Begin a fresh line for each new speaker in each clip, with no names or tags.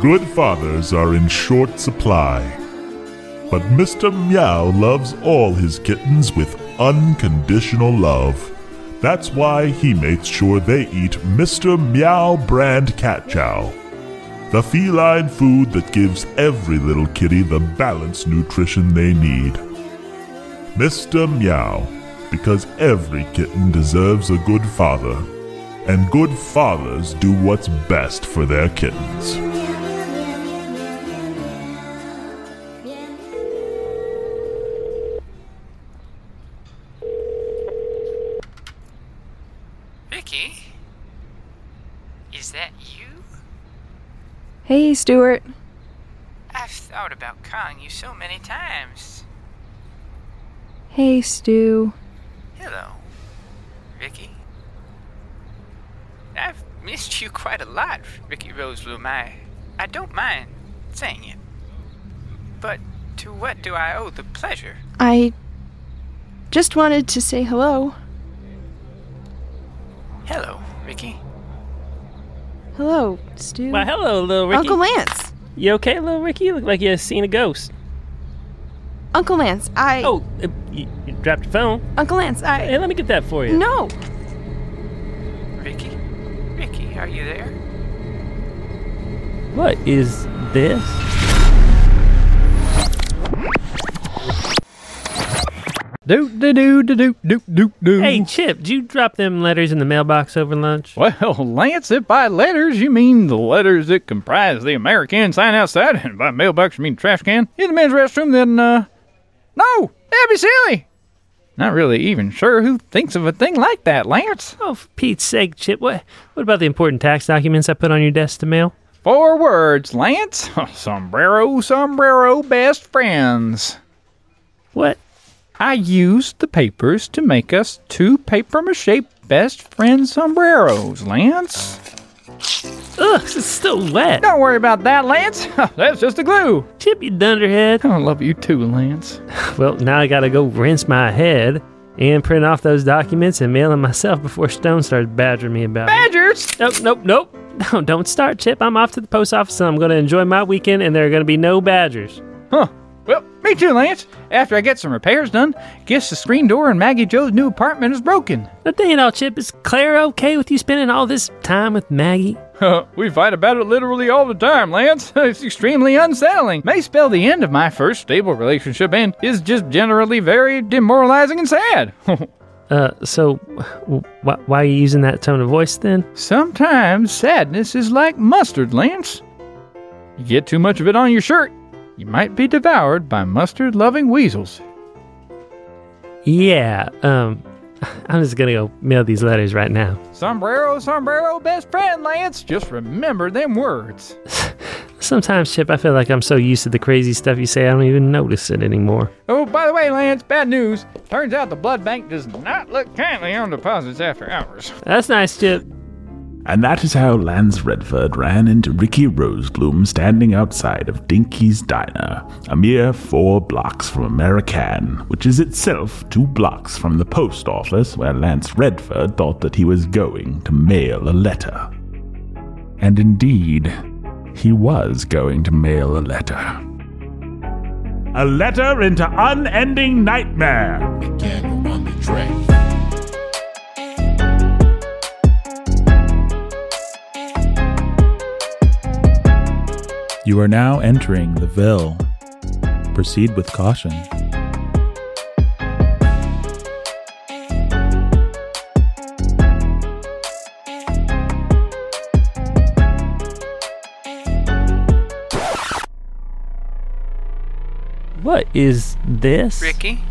Good fathers are in short supply. But Mr. Meow loves all his kittens with unconditional love. That's why he makes sure they eat Mr. Meow brand cat chow. The feline food that gives every little kitty the balanced nutrition they need. Mr. Meow, because every kitten deserves a good father, and good fathers do what's best for their kittens.
Vicky? Is that you?
Hey, Stuart.
I've thought about calling you so many times.
Hey, Stu.
Hello, Vicky. I've missed you quite a lot, Vicky Rose Lumai. I don't mind saying it. But to what do I owe the pleasure?
I just wanted to say hello.
Hello, Vicky.
Hello, Stu.
Well, hello, little Ricky.
Uncle Lance.
You okay, little Ricky? You look like you seen a ghost.
Uncle Lance, I.
Oh, uh, you, you dropped your phone.
Uncle Lance, I.
Hey, let me get that for you.
No.
Vicky? Vicky, are you there?
What is this?
Doot doo doo doo doot doot doot doo.
Hey, Chip, did you drop them letters in the mailbox over lunch?
Well, Lance, if by letters you mean the letters that comprise the American sign outside, and by mailbox you mean trash can in the men's restroom, then, uh, no, that'd be silly. Not really even sure who thinks of a thing like that, Lance.
Oh, for Pete's sake, Chip, what, what about the important tax documents I put on your desk to mail?
Four words, Lance. Sombrero, sombrero, best friends.
What?
I used the papers to make us two paper mache best friend sombreros, Lance.
Ugh, this is still wet.
Don't worry about that, Lance. That's just the glue.
Chip, you dunderhead.
I love you too, Lance.
Well, now I gotta go rinse my head and print off those documents and mail them myself before Stone starts badgering me about it.
Badgers!
Nope, nope, nope. No, don't start, Chip. I'm off to the post office and I'm gonna enjoy my weekend and there are gonna be no badgers.
Huh. Well, me too, Lance. After I get some repairs done, guess the screen door in Maggie Joe's new apartment is broken.
No, dang it all, Chip. Is Claire okay with you spending all this time with Maggie?
we fight about it literally all the time, Lance. it's extremely unsettling. May spell the end of my first stable relationship and is just generally very demoralizing and sad.
Uh, so, w- wh- why are you using that tone of voice then?
Sometimes sadness is like mustard, Lance. You get too much of it on your shirt, you might be devoured by mustard loving weasels.
Yeah, um, I'm just gonna go mail these letters right now.
Sombrero, sombrero, best friend, Lance. Just remember them words.
Sometimes, Chip, I feel like I'm so used to the crazy stuff you say, I don't even notice it anymore.
Oh, by the way, Lance, bad news. Turns out the blood bank does not look kindly on deposits after hours.
That's nice, Chip.
And that is how Lance Redford ran into Ricky Rosebloom standing outside of Dinky's Diner, a mere four blocks from American, which is itself two blocks from the post office where Lance Redford thought that he was going to mail a letter. And indeed, he was going to mail a letter. A letter into unending nightmare!
You are now entering the Ville. Proceed with caution.
What is this?
Ricky?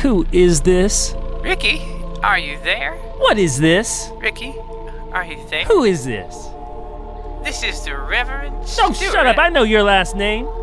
Who is this?
Ricky? Are you there?
What is this?
Ricky? Are you there?
Who is this?
This is the Reverend
No,
Stewart.
shut up. I know your last name.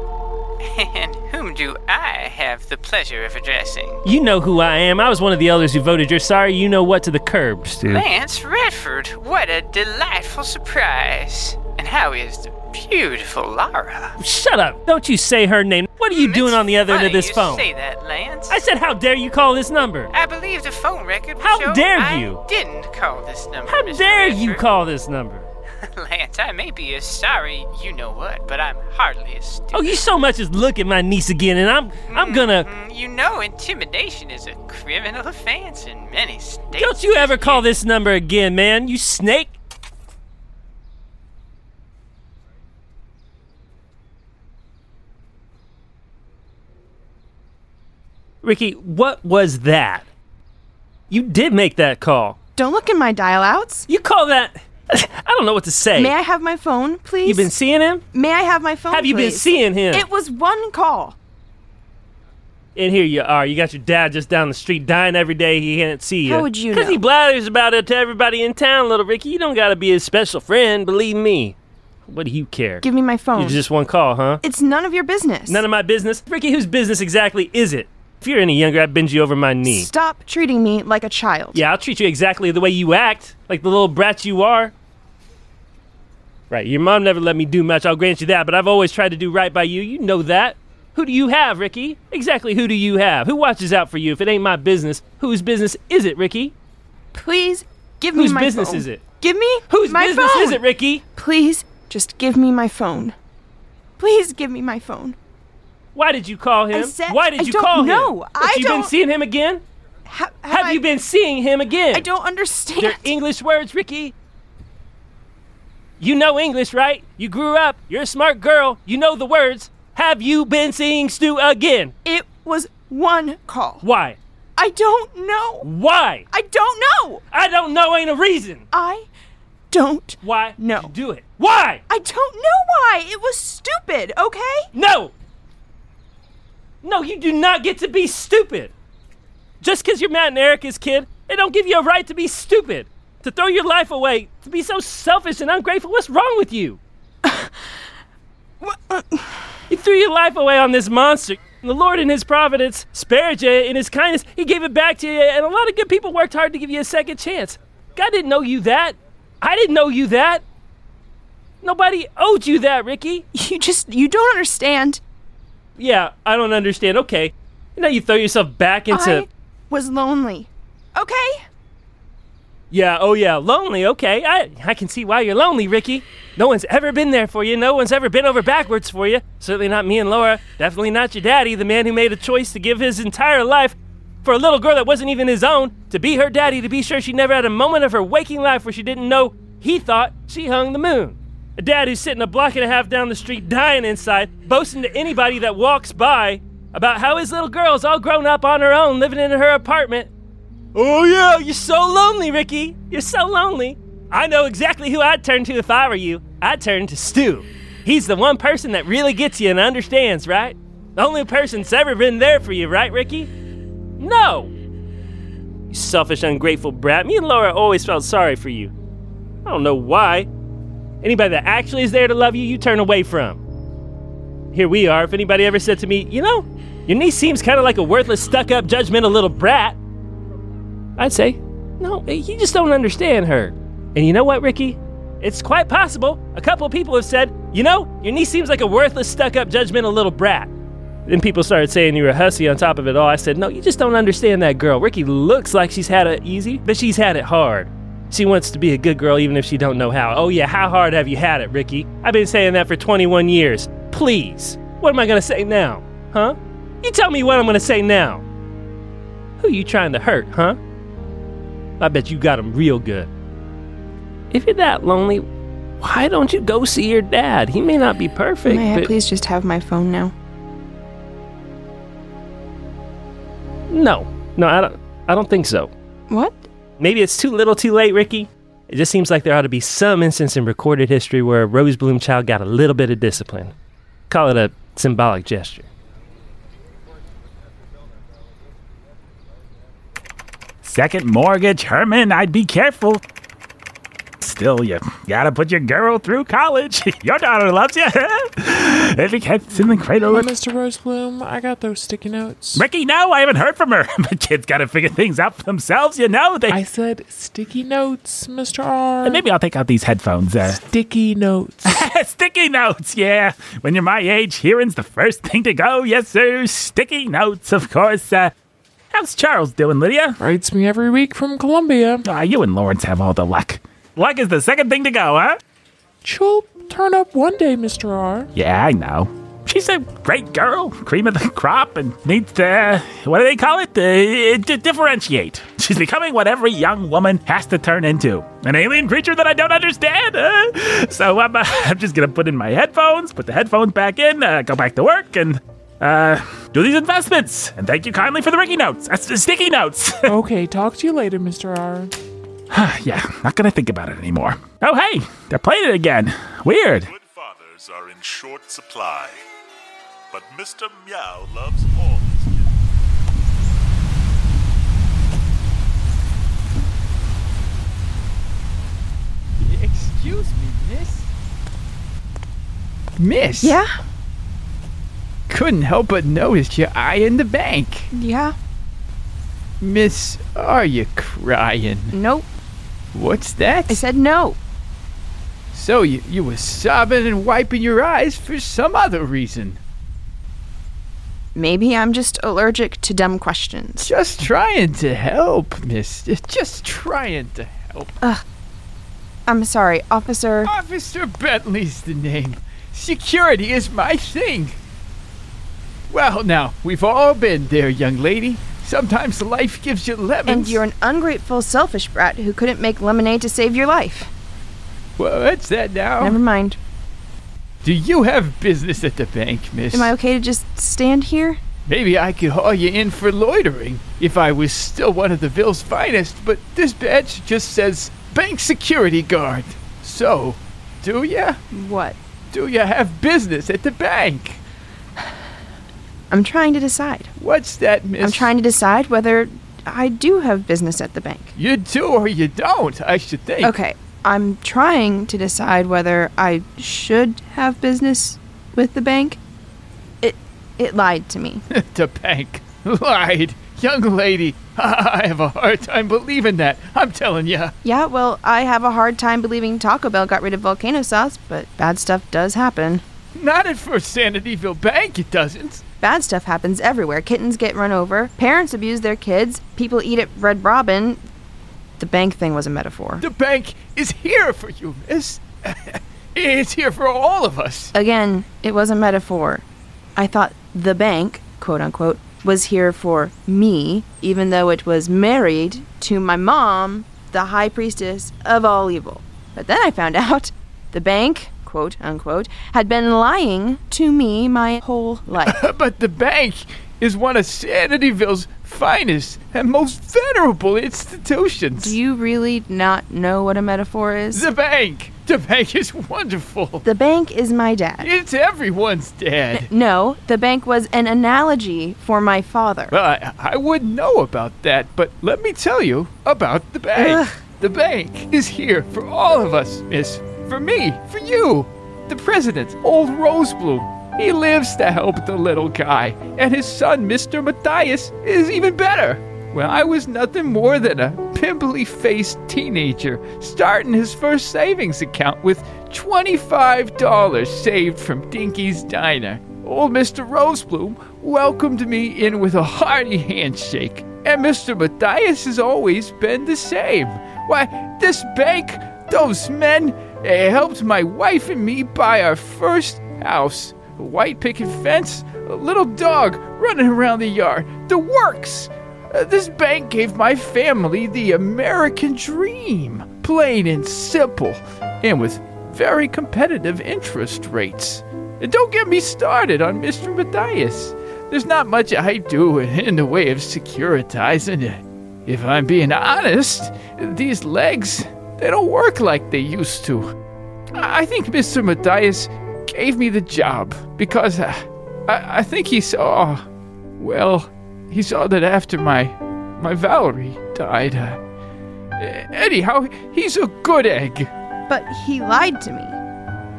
And whom do I have the pleasure of addressing?
You know who I am. I was one of the elders who voted your sorry you know what to the curb, Stu.
Lance Redford, what a delightful surprise. And how is the beautiful Lara?
Shut up. Don't you say her name. What are you doing
It's
on the other end
funny
of this
you
phone?
say that, Lance.
I said, how dare you call this number?
I believe the phone record
How
show
dare
I
you.
didn't call this number.
How
Mr.
dare you
Redford.
call this number?
Lance, I may be a sorry you know what, but I'm hardly as stupid.
Oh, you so much as look at my niece again, and I'm I'm gonna.
Mm, You know, intimidation is a criminal offense in many states.
Don't you ever call this number again, man? You snake. Ricky, what was that? You did make that call.
Don't look in my dial outs.
You call that? I don't know what to say.
May I have my phone, please?
You've been seeing him?
May I have my phone?
Have you been
please?
seeing him?
It was one call.
And here you are. You got your dad just down the street dying every day. He can't see you.
How would you
Because
know?
he blathers about it to everybody in town, little Ricky. You don't got to be his special friend, believe me. What do you care?
Give me my phone.
you just one call, huh?
It's none of your business.
None of my business. Ricky, whose business exactly is it? If you're any younger, I'd bend you over my knee.
Stop treating me like a child.
Yeah, I'll treat you exactly the way you act, like the little brat you are. Right, your mom never let me do much, I'll grant you that, but I've always tried to do right by you. You know that. Who do you have, Ricky? Exactly who do you have? Who watches out for you if it ain't my business? Whose business is it, Ricky?
Please give
Whose
me my
business
phone.
is it?
Give me
Whose
my
business
phone.
is it, Ricky?
Please just give me my phone. Please give me my phone.
Why did you call him?
said-
Why did
I
you
don't
call
know.
him? What,
I
you been
don't-
seeing him again?
Ha- have
Have
I-
you been seeing him again?
I don't understand.
They're English words, Ricky. You know English, right? You grew up. You're a smart girl. You know the words. Have you been seeing Stu again?
It was one call.
Why?
I don't know.
Why?
I don't know.
I don't know. Ain't a reason.
I don't.
Why?
No.
did you do it. Why?
I don't know why. It was stupid, okay?
No. No, you do not get to be stupid. Just because you're Matt and Erica's kid, they don't give you a right to be stupid. To throw your life away, to be so selfish and ungrateful. What's wrong with you? You threw your life away on this monster. The Lord, in His providence, spared you in His kindness. He gave it back to you, and a lot of good people worked hard to give you a second chance. God didn't know you that. I didn't know you that. Nobody owed you that, Ricky.
You just you don't understand.
Yeah, I don't understand. Okay. Now you throw yourself back into.
I was lonely. Okay?
Yeah, oh yeah, lonely. Okay. I, I can see why you're lonely, Ricky. No one's ever been there for you. No one's ever been over backwards for you. Certainly not me and Laura. Definitely not your daddy, the man who made a choice to give his entire life for a little girl that wasn't even his own to be her daddy, to be sure she never had a moment of her waking life where she didn't know he thought she hung the moon. A dad who's sitting a block and a half down the street dying inside, boasting to anybody that walks by about how his little girl's all grown up on her own, living in her apartment. Oh, yeah, you're so lonely, Ricky. You're so lonely. I know exactly who I'd turn to if I were you. I'd turn to Stu. He's the one person that really gets you and understands, right? The only person that's ever been there for you, right, Ricky? No! You selfish, ungrateful brat. Me and Laura always felt sorry for you. I don't know why. Anybody that actually is there to love you, you turn away from. Here we are. If anybody ever said to me, you know, your niece seems kind of like a worthless, stuck up, judgmental little brat, I'd say, no, you just don't understand her. And you know what, Ricky? It's quite possible a couple of people have said, you know, your niece seems like a worthless, stuck up, judgmental little brat. Then people started saying you were a hussy on top of it all. I said, no, you just don't understand that girl. Ricky looks like she's had it easy, but she's had it hard. She wants to be a good girl even if she don't know how. Oh yeah, how hard have you had it, Ricky? I've been saying that for 21 years. Please. What am I going to say now? Huh? You tell me what I'm going to say now. Who you trying to hurt, huh? I bet you got him real good. If you're that lonely, why don't you go see your dad? He may not be perfect,
May I
but
please just have my phone now?
no, no, I don't. I don't think so.
What?
Maybe it's too little, too late, Ricky. It just seems like there ought to be some instance in recorded history where a rose bloom child got a little bit of discipline. Call it a symbolic gesture.
Second mortgage, Herman, I'd be careful. Still, you gotta put your girl through college. Your daughter loves you. Every cat's in the cradle.
Hi, Mr. Rosebloom. I got those sticky notes.
Ricky, no, I haven't heard from her. The kids gotta figure things out for themselves, you know. They
I said sticky notes, Mr. R.
And maybe I'll take out these headphones. Uh,
sticky notes.
sticky notes, yeah. When you're my age, hearing's the first thing to go. Yes, sir. Sticky notes, of course. Uh, how's Charles doing, Lydia?
Writes me every week from Columbia.
Ah, you and Lawrence have all the luck. Luck is the second thing to go, huh?
Oh,
She'll turn up one day, Mr. R.
Yeah, I know. She's a great girl, cream of the crop, and needs to, what do they call it? Uh, to differentiate. She's becoming what every young woman has to turn into an alien creature that I don't understand. Uh, so I'm, uh, I'm just going to put in my headphones, put the headphones back in, uh, go back to work, and uh, do these investments. And thank you kindly for the Ricky notes, uh, s- sticky notes.
okay, talk to you later, Mr. R.
yeah, not going to think about it anymore. Oh, hey, they're playing it again. Weird.
Good fathers are in short supply, but Mr. Meow loves all his kittens.
Excuse me, miss? Miss?
Yeah?
Couldn't help but notice your eye in the bank.
Yeah?
Miss, are you crying?
Nope.
What's that?
I said no.
so you, you were sobbing and wiping your eyes for some other reason.
Maybe I'm just allergic to dumb questions.
Just trying to help, miss. Just trying to help.
I'm sorry, officer.
Officer Bentley's the name. Security is my thing. Well, now, we've all been there, young lady. Sometimes life gives you lemons.
And you're an ungrateful, selfish brat who couldn't make lemonade to save your life.
What's that now?
Never mind.
Do you have business at the bank, miss?
Am I okay to just stand here?
Maybe I could haul you in for loitering if I was still one of the Ville's finest, but this badge just says bank security guard. So, do ya?
What?
Do ya have business at the bank?
I'm trying to decide.
What's that, miss?
I'm trying to decide whether I do have business at the bank.
You do or you don't, I should think.
Okay, I'm trying to decide whether I should have business with the bank. It it lied to me.
to bank. Lied. Young lady, I have a hard time believing that. I'm telling ya.
yeah, well, I have a hard time believing Taco Bell got rid of volcano sauce, but bad stuff does happen.
Not at First Sanityville Bank, it doesn't.
Bad stuff happens everywhere. Kittens get run over, parents abuse their kids, people eat at Red Robin. The bank thing was a metaphor.
The bank is here for you, miss. it's here for all of us.
Again, it was a metaphor. I thought the bank, quote unquote, was here for me, even though it was married to my mom, the high priestess of all evil. But then I found out the bank, quote unquote, had been lying to me my whole life.
But the bank is one of Sanityville's finest and most venerable institutions.
Do you really not know what a metaphor is?
the bank. The bank is wonderful.
The bank is my dad.
It's everyone's dad.
No, the bank was an analogy for my father.
Well, I, I wouldn't know about that, but let me tell you about the bank.
Ugh.
The bank is here for all of us, miss. For me, for you. The president, old Rosebloom, he lives to help the little guy, and his son, Mr. Matthias, is even better. When I was nothing more than a pimply faced teenager, starting his first savings account with $25 saved from Dinky's Diner. Old Mr. Oh, Rosebloom welcomed me in with a hearty handshake, and Mr. Matthias has always been the same. Why, this bank, those men, eh, helped my wife and me buy our first house. A white picket fence, a little dog running around the yard, the works. Uh, this bank gave my family the American dream, plain and simple, and with very competitive interest rates. And don't get me started on Mr. Matthias. There's not much I do in the way of securitizing it. If I'm being honest, these legs, they don't work like they used to. I I think Mr. Matthias gave me the job because uh, I, I think he saw, well, he saw that after my my Valerie died. Uh, anyhow, he's a good egg.
But he lied to me.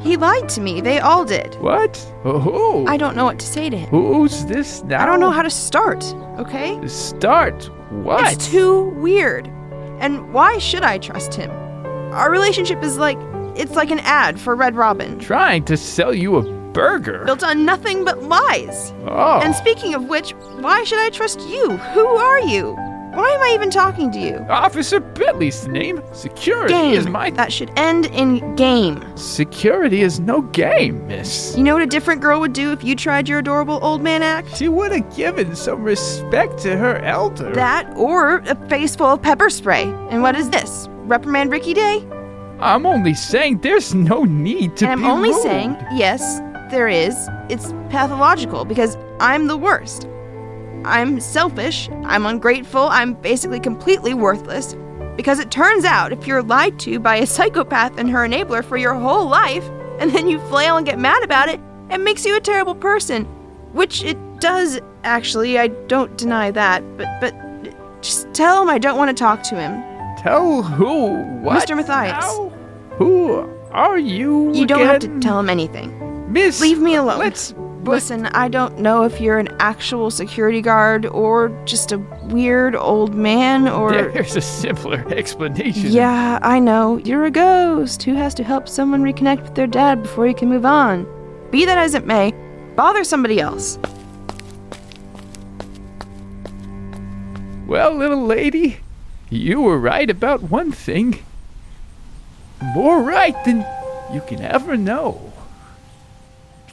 He lied to me. They all did.
What? Who?
I don't know what to say to him.
Who's this now?
I don't know how to start, okay?
start. What?
It's too weird. And why should I trust him? Our relationship is like it's like an ad for Red Robin,
trying to sell you a burger.
built on nothing but lies.
oh.
And speaking of which, why should I trust you? Who are you? Why am I even talking to you?
Officer Bentley's name. Security is
Game.
my.
That should end in game.
Security is no game, miss.
You know what a different girl would do if you tried your adorable old man act?
She would have given some respect to her elder.
That or a face full of pepper spray. And what is this? Reprimand Ricky Day?
I'm only saying there's no need to
and I'm
be
only
rude.
saying, yes, there is. It's pathological because I'm the worst. I'm selfish, I'm ungrateful, I'm basically completely worthless. Because it turns out if you're lied to by a psychopath and her enabler for your whole life, and then you flail and get mad about it, it makes you a terrible person. Which it does, actually, I don't deny that, but but just tell him I don't want to talk to him.
Tell who what?
Mr. Matthias.
now? Who are you?
You don't have to
again?
tell him anything.
Miss,
Leave me alone.
Let's.
Listen, I don't know if you're an actual security guard or just a weird old man or.
There's a simpler explanation.
Yeah, I know. You're a ghost who has to help someone reconnect with their dad before you can move on. Be that as it may, bother somebody else.
Well, little lady, you were right about one thing. More right than you can ever know.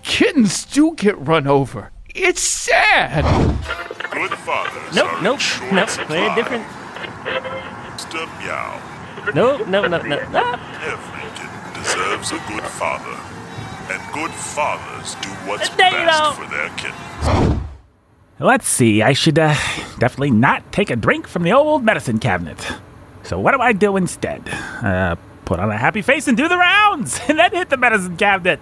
Kittens do get run over. It's sad.
Good fathers.
Nope,
are in
nope,
short
nope.
supply.
They're different.
Mr. Meow.
Nope, no, no, no. Ah,
Every kitten deserves a good father. And good fathers do
Uh,
what's
They
best
don't.
for their kittens.
Let's see, I should uh, definitely not take a drink from the old medicine cabinet. So, what do I do instead? Uh, put on a happy face and do the rounds, and then hit the medicine cabinet.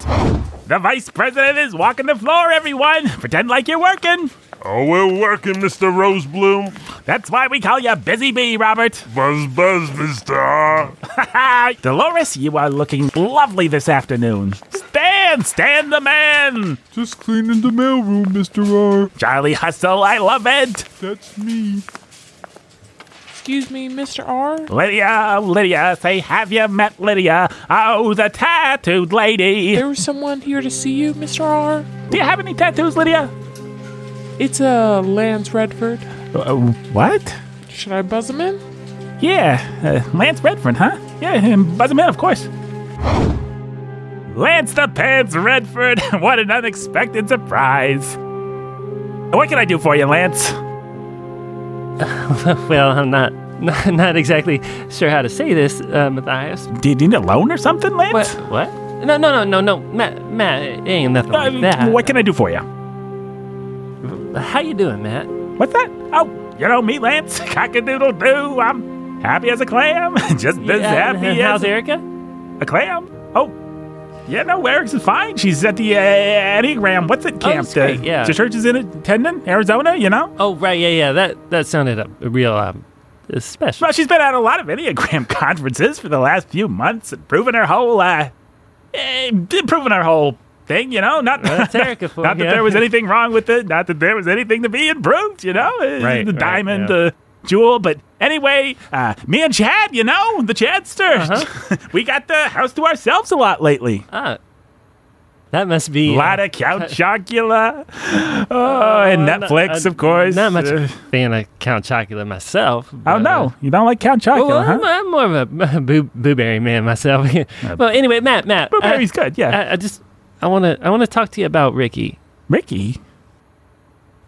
The vice president is walking the floor, everyone! Pretend like you're working!
Oh, we're working, Mr. Rosebloom.
That's why we call you Busy Bee, Robert!
Buzz, buzz, Mr. R.
Hi, Dolores, you are looking lovely this afternoon. Stand, stand the man!
Just cleaning the mailroom, Mr. R.
Charlie Hustle, I love it!
That's me.
Excuse me, Mr. R.
Lydia, Lydia, say, have you met Lydia? Oh, the tattooed lady!
There was someone here to see you, Mr. R.
Do you have any tattoos, Lydia?
It's uh, Lance Redford.
Uh, what?
Should I buzz him in?
Yeah, uh, Lance Redford, huh? Yeah, and Buzz him in, of course. Lance the Pants Redford, what an unexpected surprise! What can I do for you, Lance?
well, I'm not, not not exactly sure how to say this, uh, Matthias.
Did you need a loan or something, Lance?
What? What? No, no, no, no, no, Matt, Matt, it ain't nothing
Uh,
like that.
what can I do for you?
How you doing, Matt?
What's that? Oh, you know me, Lance. Cockadoodle doo. I'm happy as a clam. Just as happy
and
as
how's Erica?
a clam. Oh, yeah, no, Eric's is fine. She's at the uh, Enneagram. What's it camp?
it's Oh, great,
the,
yeah.
the church is in it, Tendon, Arizona, you know?
Oh, right, yeah, yeah. That that sounded a a real um, special.
Well, she's been at a lot of Enneagram conferences for the last few months and proving her whole, uh, eh, proving her whole thing, you know? Not,
That's Erica for
not that
you.
there was anything wrong with it, not that there was anything to be improved, you know? Uh,
Right,
the
right,
diamond,
yeah.
the jewel. But anyway, uh, me and Chad, you know, the Chadster, we got the house to ourselves a lot lately.
Uh-huh. Ah, that must be
A
uh,
lot of Count Chocula. Oh, and
I'm not-
Netflix,
uh,
of course.
Not much of
Uh,
a fan of Count Chocula myself.
oh,
but, uh,
no. You don't like Count Chocula,
Well,
huh?
I'm, I'm more of a boo, booberry man myself. well, anyway, Matt, Matt,
But
I,
Barry's good, yeah.
I, I just I want to I want to talk to you about Ricky.
Ricky?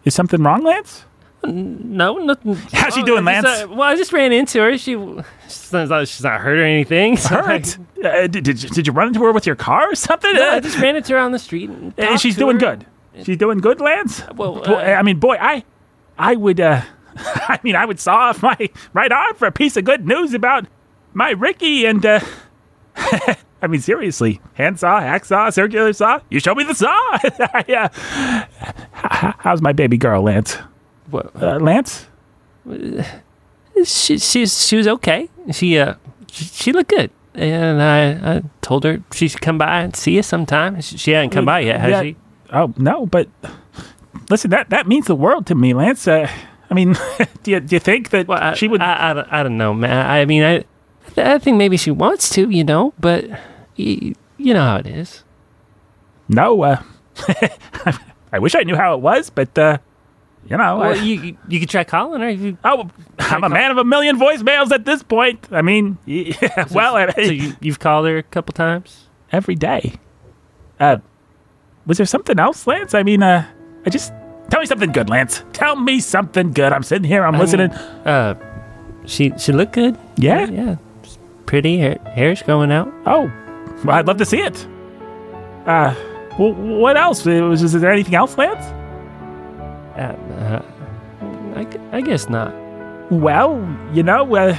Is something wrong, Lance?
No, nothing.
How's she
wrong.
doing,
I just,
Lance?
uh, well, I just ran into her. She she's not, she's not hurt or anything. so I-
Hurt? Uh, did, did, you- did you run into her with your car or something?
No, I
Uh,
just ran into her on the street. And
uh,
talked
she's
to
doing
her.
good. She's doing good, Lance?
Well,
Boy,
uh,
I mean, boy, I, I would, uh, I mean, I would saw off my right arm for a piece of good news about my Ricky and, uh, I mean, seriously, handsaw, hacksaw, circular saw. You show me the saw. I, uh, h- how's my baby girl, Lance?
What- Uh,
Uh, Lance?
She she's she was okay. She uh she, she looked good. And I, I told her she should come by and see you sometime. She, she hadn't come by yet, has
Yeah.
she?
Oh no, but listen, that that means the world to me, Lance. Uh, I mean, do you do you think that
Well, I,
she would?
I, I, don't- I don't know, man. I mean, I, I think maybe she wants to, you know, but you, you know how it is.
no, uh, I wish I knew how it was, but uh, You know,
Well,
I,
you, you, you could try calling her. You,
oh, I'm a man of a million voicemails at this point. I mean, yeah, well, I
so you, you've called her a couple times.
every day. Uh, was there something else, Lance? I mean, uh, I just tell me something good, Lance. Tell me something good. I'm sitting here. I'm listening.
Uh, she she looked good.
Yeah?
yeah. She's pretty. Her hair's going out.
Oh, well, I'd love to see it. Uh, well, what else? Uh, Was, is there anything else, Lance?
Uh, uh, I, gu- I guess not.
Well, you know, uh,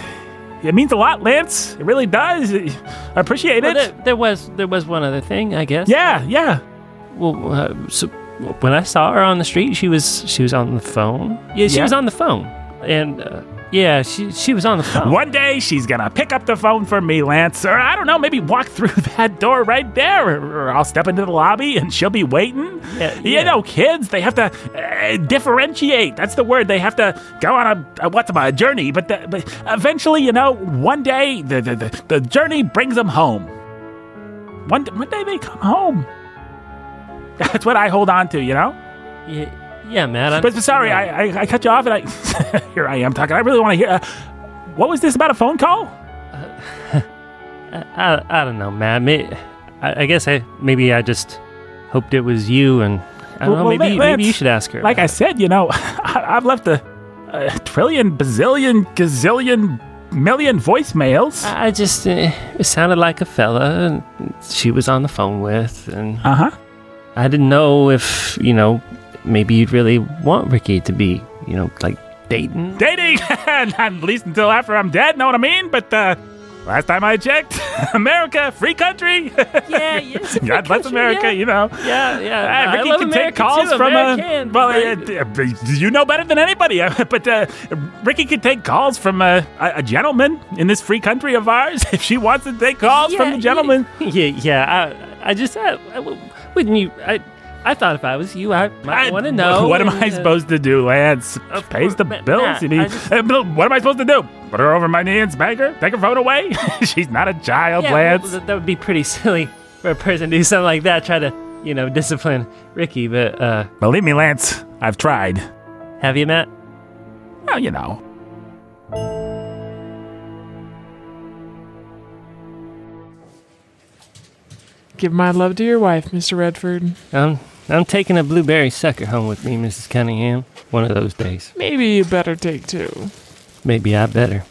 it means a lot, Lance. It really does. I appreciate
Well,
it.
there, there was there was one other thing. I guess.
yeah, yeah.
Well, uh, so when I saw her on the street, she was she was on the phone. Yeah, she
Yeah.
was on the phone, and uh, yeah, she she was on the phone.
One day she's gonna pick up the phone for me, Lance, or I don't know, maybe walk through that door right there, or, or I'll step into the lobby and she'll be waiting.
Yeah,
You
yeah.
know, kids, they have to uh, differentiate. That's the word. They have to go on a, a what's my journey, but, the, but eventually, you know, one day the the, the, the journey brings them home. One, d- one day they come home. That's what I hold on to, you know.
Yeah, yeah, Matt. I'm,
But, but sorry, I, I I cut you off, and I here I am talking. I really want to hear. Uh, what was this about a phone call?
I, I don't know, Matt. May, I, I guess I maybe I just hoped it was you, and I don't
Well,
know.
well,
Maybe
let-
maybe you
let's-
should ask her.
Like I
about
said, you know, I, I've left a, a trillion, bazillion, gazillion, million voicemails.
it. I I just eh, it sounded like a fella and she was on the phone with, and
Uh huh.
I didn't know if you know maybe you'd really want Ricky to be you know like dating.
Dating, and at least until after I'm dead. Know what I mean? But uh, last time I checked, America, free country.
Yeah, yes.
God bless America. You know.
Yeah, yeah.
Uh,
I
Ricky
love
can take
America
calls
too,
from uh,
American,
well,
right.
uh, d- uh, you know better than anybody. uh, but uh, Ricky can take calls from uh, a, a gentleman in this free country of ours if she wants to take calls from
Yeah,
the gentleman.
Yeah, yeah. I, I just, I, I- wouldn't you? I, I thought if I was you, I might
I-
want to know.
What am
and,
I
uh,
supposed to do, Lance?
Of
Pays
course,
the
but
bills.
Matt,
you mean,
I just-
Uh, Bill, what am I supposed to do? Put her over my knee and spank her? Take her phone away? She's not a child,
yeah,
Lance.
well, that, that would be pretty silly for a person to do something like that. Try to, you know, discipline Ricky. But uh,
Believe me, Lance. I've tried.
have you, Matt?
Well, you know.
Give my love to your wife, Mr. Redford.
I'm, I'm taking a blueberry sucker home with me, Mrs. Cunningham. One of those days.
Maybe you better take two.
Maybe I better.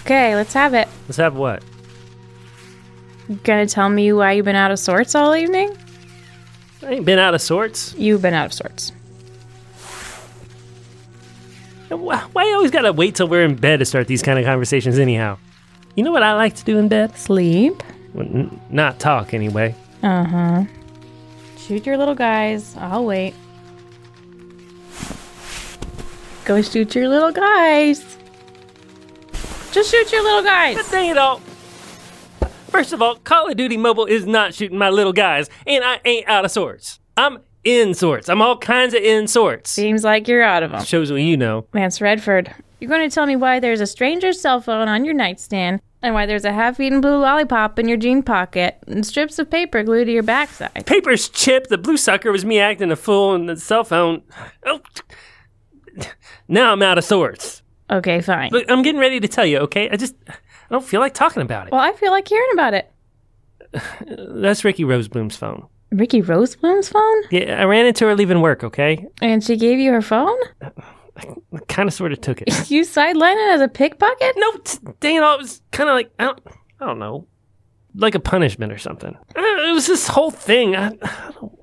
Okay, let's have it.
Let's have what?
You gonna tell me why you've been out of sorts all evening?
I ain't been out of sorts.
You've been out of sorts.
Why why you always gotta wait till we're in bed to start these kind of conversations, anyhow? You know what I like to do in bed?
Sleep.
Well, n- not talk, anyway.
Uh huh. Shoot your little guys. I'll wait. Go shoot your little guys. Just shoot your little
But
guys.
dang it all. First of all, Call of Duty Mobile is not shooting my little guys, and I ain't out of sorts. I'm in sorts. I'm all kinds of in sorts.
Seems like you're out of them.
Shows what you know.
Lance Redford, you're going to tell me why there's a stranger's cell phone on your nightstand and why there's a half eaten blue lollipop in your jean pocket and strips of paper glued to your backside.
Papers chip. The blue sucker was me acting a fool, and the cell phone. Oh, now I'm out of sorts.
Okay, fine.
Look, I'm getting ready to tell you. Okay, I just I don't feel like talking about it.
Well, I feel like hearing about it.
That's Ricky Rosebloom's phone.
Ricky Rosebloom's phone?
Yeah, I ran into her leaving work. Okay,
And she gave you her phone?
I kind of sort of took it.
You sidelining as a pickpocket?
no, t- dang it all. It was kind of like, I don't, I don't know, like a punishment or something. Uh, It was this whole thing. I, I don't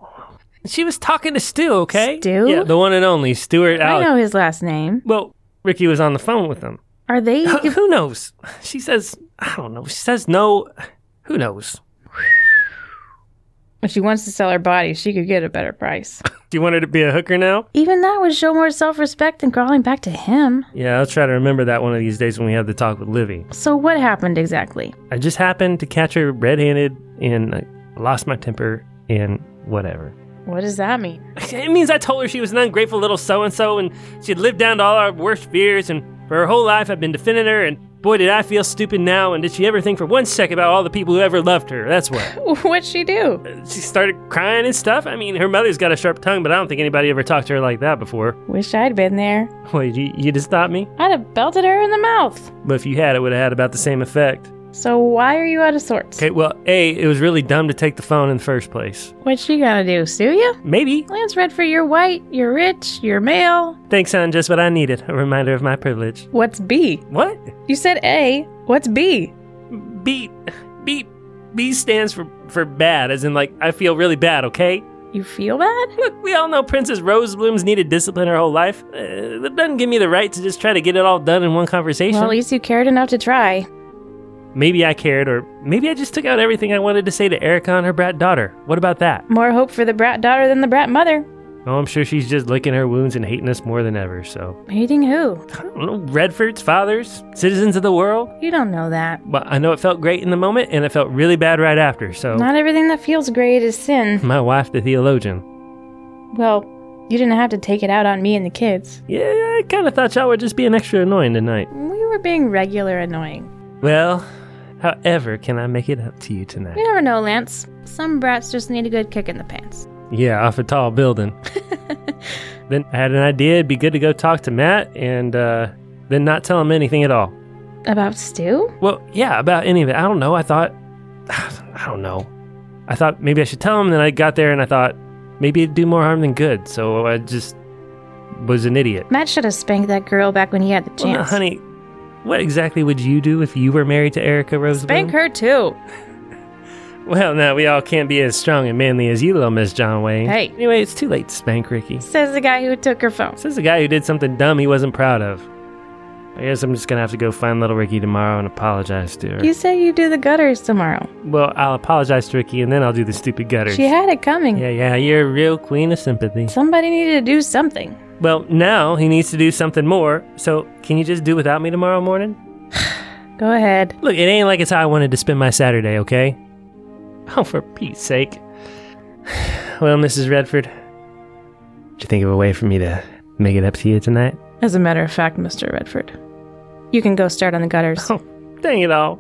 she was talking to Stu, okay?
Stu?
Yeah, the one and only Stuart
I
Alec.
know his last name.
Well, Ricky was on the phone with him.
Are they?
Who- Who knows? She says, I don't know. She says no. Who knows?
If she wants to sell her body, she could get a better price.
Do you want her to be a hooker now?
Even that would show more self respect than crawling back to him.
Yeah, I'll try to remember that one of these days when we have the talk with Livy.
So, what happened exactly?
I just happened to catch her red handed and I lost my temper and whatever.
What does that mean?
It means I told her she was an ungrateful little so and so, and she'd lived down to all our worst fears, and for her whole life I've been defending her, and Boy, did I feel stupid now, and did she ever think for one second about all the people who ever loved her? That's what.
What'd she do?
she started crying and stuff. I mean, her mother's got a sharp tongue, but I don't think anybody ever talked to her like that before.
Wish I'd been there.
Wait, you, you just stopped me?
I'd have belted her in the mouth.
Well, if you had, it would have had about the same effect.
So why are you out of sorts?
Okay, well, A, it was really dumb to take the phone in the first place.
What's she gonna do? Sue you?
Maybe.
Lance Redford, you're white, you're rich, you're male.
Thanks, son, just what I needed. A reminder of my privilege.
What's B?
What?
You said A. What's B?
B, B, B stands for, for bad, as in, like, I feel really bad, okay?
You feel bad?
Look, we all know Princess Rosebloom's needed discipline her whole life. Uh, that doesn't give me the right to just try to get it all done in one conversation.
Well, at least you cared enough to try.
Maybe I cared, or maybe I just took out everything I wanted to say to Erica and her brat daughter. What about that?
More hope for the brat daughter than the brat mother.
Oh, I'm sure she's just licking her wounds and hating us more than ever, so.
Hating who?
I don't know, Redfords, fathers, citizens of the world?
You don't know that.
Well, I know it felt great in the moment, and it felt really bad right after, so.
Not everything that feels great is sin.
My wife, the theologian.
Well, you didn't have to take it out on me and the kids.
Yeah, I kind of thought y'all were just being extra annoying tonight.
We were being regular annoying.
Well, however, can I make it up to you tonight?
You never know, Lance. Some brats just need a good kick in the pants.
Yeah, off a tall building. then I had an idea. It'd be good to go talk to Matt and uh, then not tell him anything at all.
About Stu?
Well, yeah, about any of it. I don't know. I thought, I don't know. I thought maybe I should tell him. Then I got there and I thought maybe it'd do more harm than good. So I just was an idiot.
Matt should have spanked that girl back when he had the
Well, now,
chance.
honey, what exactly would you do if you were married to Erica Rosebloom?
Spank her too.
Well, now we all can't be as strong and manly as you, little Miss John Wayne.
Hey.
Anyway, it's too late to spank Ricky.
Says the guy who took her phone.
Says the guy who did something dumb he wasn't proud of. I guess I'm just gonna have to go find little Ricky tomorrow and apologize to her.
You say you do the gutters tomorrow.
Well, I'll apologize to Ricky and then I'll do the stupid gutters.
She had it coming.
yeah, yeah, you're a real queen of sympathy.
Somebody needed to do something.
Well, now he needs to do something more, so can you just do without me tomorrow morning?
Go ahead.
Look, it ain't like it's how I wanted to spend my Saturday, okay? Oh, for Pete's sake. Well, Mrs. Redford, do you think of a way for me to make it up to you tonight?
As a matter of fact, Mr. Redford, you can go start on the gutters.
Oh, dang it all.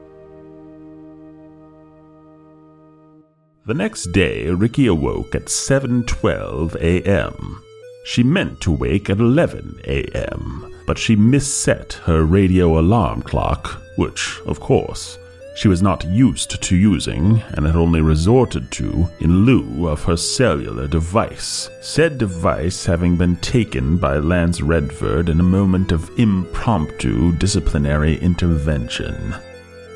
The next day, Ricky awoke at 7:12 a.m. She meant to wake at 11 a.m., but she misset her radio alarm clock, which, of course, she was not used to using and had only resorted to in lieu of her cellular device. Said device having been taken by Lance Redford in a moment of impromptu disciplinary intervention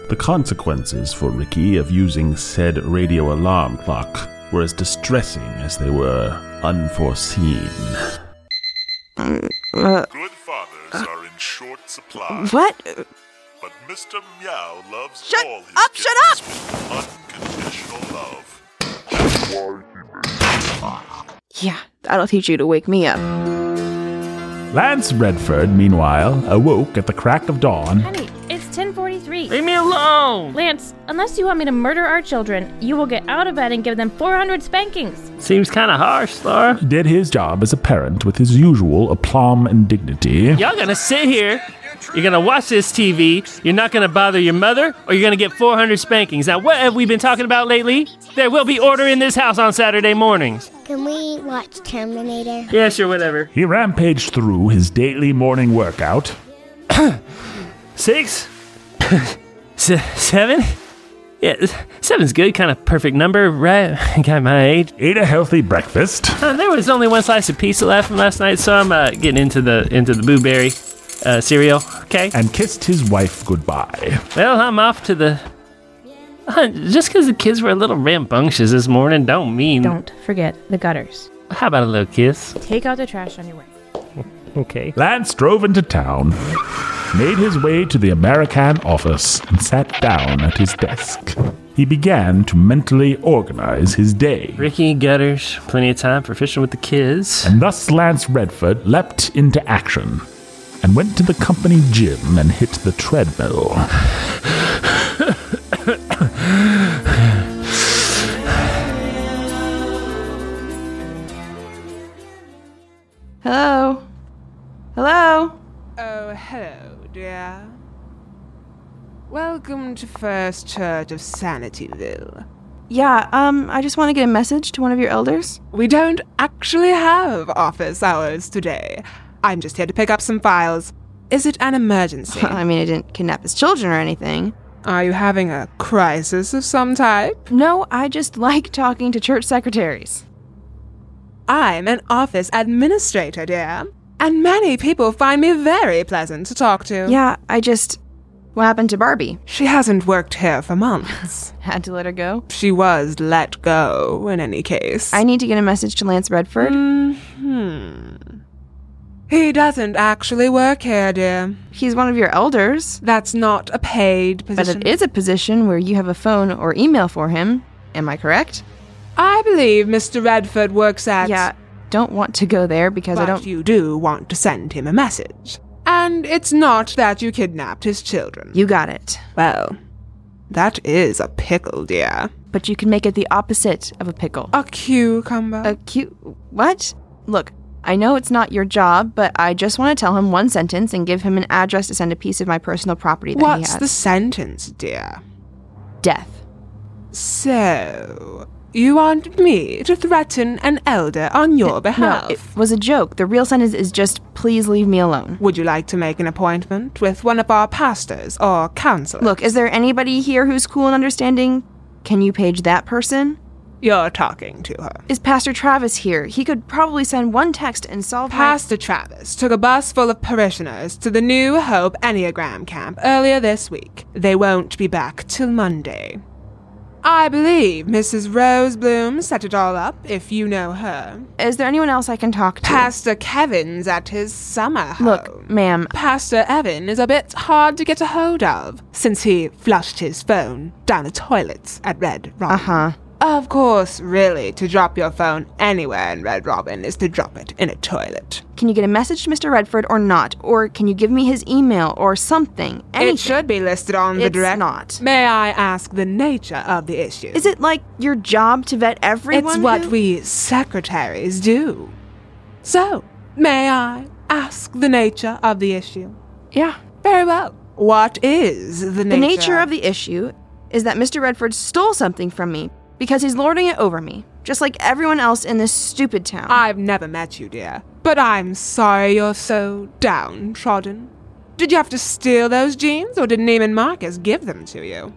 the consequences for Ricky of using said radio alarm clock were as distressing as they were unforeseen.
Uh,
Good fathers are in short supply.
what?
But Mr. Meow loves
Shut
all his
up, shut up!
kittens with unconditional love.
Yeah, that'll teach you to wake me up.
Lance Redford, meanwhile, awoke at the crack of dawn.
Honey, it's 1043.
Leave me alone!
Lance, unless you want me to murder our children, you will get out of bed and give them 400 spankings.
Seems kind of harsh, Laura.
Did his job as a parent with his usual aplomb and dignity.
Y'all gonna sit here, you're gonna watch this TV, you're not gonna bother your mother, or you're gonna get 400 spankings. Now, what have we been talking about lately? There will be order in this house on Saturday mornings.
Can we watch Terminator?
Yeah, sure, whatever.
He rampaged through his daily morning workout.
Six? Se- seven? Yeah, seven's good, kind of perfect number, right? Got my age.
Ate a healthy breakfast.
Uh, there was only one slice of pizza left from last night, so I'm uh, getting into the into the blueberry uh, cereal. Okay.
And kissed his wife goodbye.
Well, I'm off to the. Huh, just because the kids were a little rambunctious this morning, don't mean.
Mm. Don't forget the gutters.
How about a little kiss?
Take out the trash on your way.
Okay.
Lance drove into town, made his way to the American office, and sat down at his desk. He began to mentally organize his day.
Ricky gutters, plenty of time for fishing with the kids.
And thus Lance Redford leapt into action and went to the company gym and hit the treadmill.
Hello? Hello?
Oh, hello, dear. Welcome to First Church of Sanityville.
Yeah, um, I just want to get a message to one of your elders.
We don't actually have office hours today. I'm just here to pick up some files. Is it an emergency?
I mean, I didn't kidnap his children or anything.
Are you having a crisis of some type?
No, I just like talking to church secretaries.
I'm an office administrator, dear. And many people find me very pleasant to talk to.
Yeah, I just. What happened to Barbie?
She hasn't worked here for months.
Had to let her go.
she was let go, in any case.
I need to get a message to Lance Redford.
Hmm. He doesn't actually work here, dear.
He's one of your elders.
That's not a paid position.
But it is a position where you have a phone or email for him. Am I correct?
I believe Mr. Redford works at.
yeah. Don't want to go there because
but
I don't.
you do want to send him a message. And it's not that you kidnapped his children.
You got it.
Well, that is a pickle, dear.
But you can make it the opposite of a pickle.
A cucumber.
A cute. What? Look, I know it's not your job, but I just want to tell him one sentence and give him an address to send a piece of my personal property that he
What's
has.
the sentence, dear?
Death.
So, you want me to threaten an elder on your behalf?
No, it was a joke. The real sentence is just please leave me alone.
Would you like to make an appointment with one of our pastors or counselors?
Look, is there anybody here who's cool and understanding? Can you page that person?
you're talking to her.
Is Pastor Travis here? He could probably send one text and solve my-
Pastor Travis took a bus full of parishioners to the New Hope Enneagram camp earlier this week. They won't be back till Monday. I believe Mrs. Rose Bloom set it all up, if you know her.
Is there anyone else I can talk to?
Pastor Kevin's at his summer home.
Look, ma'am,
Pastor Evan is a bit hard to get a hold of since he flushed his phone down the toilet at Red Robin.
Uh-huh.
Of course, really, to drop your phone anywhere in Red Robin is to drop it in a toilet.
can you get a message to Mr. Redford or not? Or can you give me his email or something? Anything.
It should be listed on the
It's
direct.
not.
May I ask the nature of the issue?
Is it like your job to vet everyone?
It's what
who-
we secretaries do. So, may I ask the nature of the issue?
Yeah.
Very well. What is the nature?
The nature of the issue is that Mr. Redford stole something from me because he's lording it over me, just like everyone else in this stupid town.
I've never met you, dear, but I'm sorry you're so downtrodden. Did you have to steal those jeans, or did Neiman Marcus give them to you?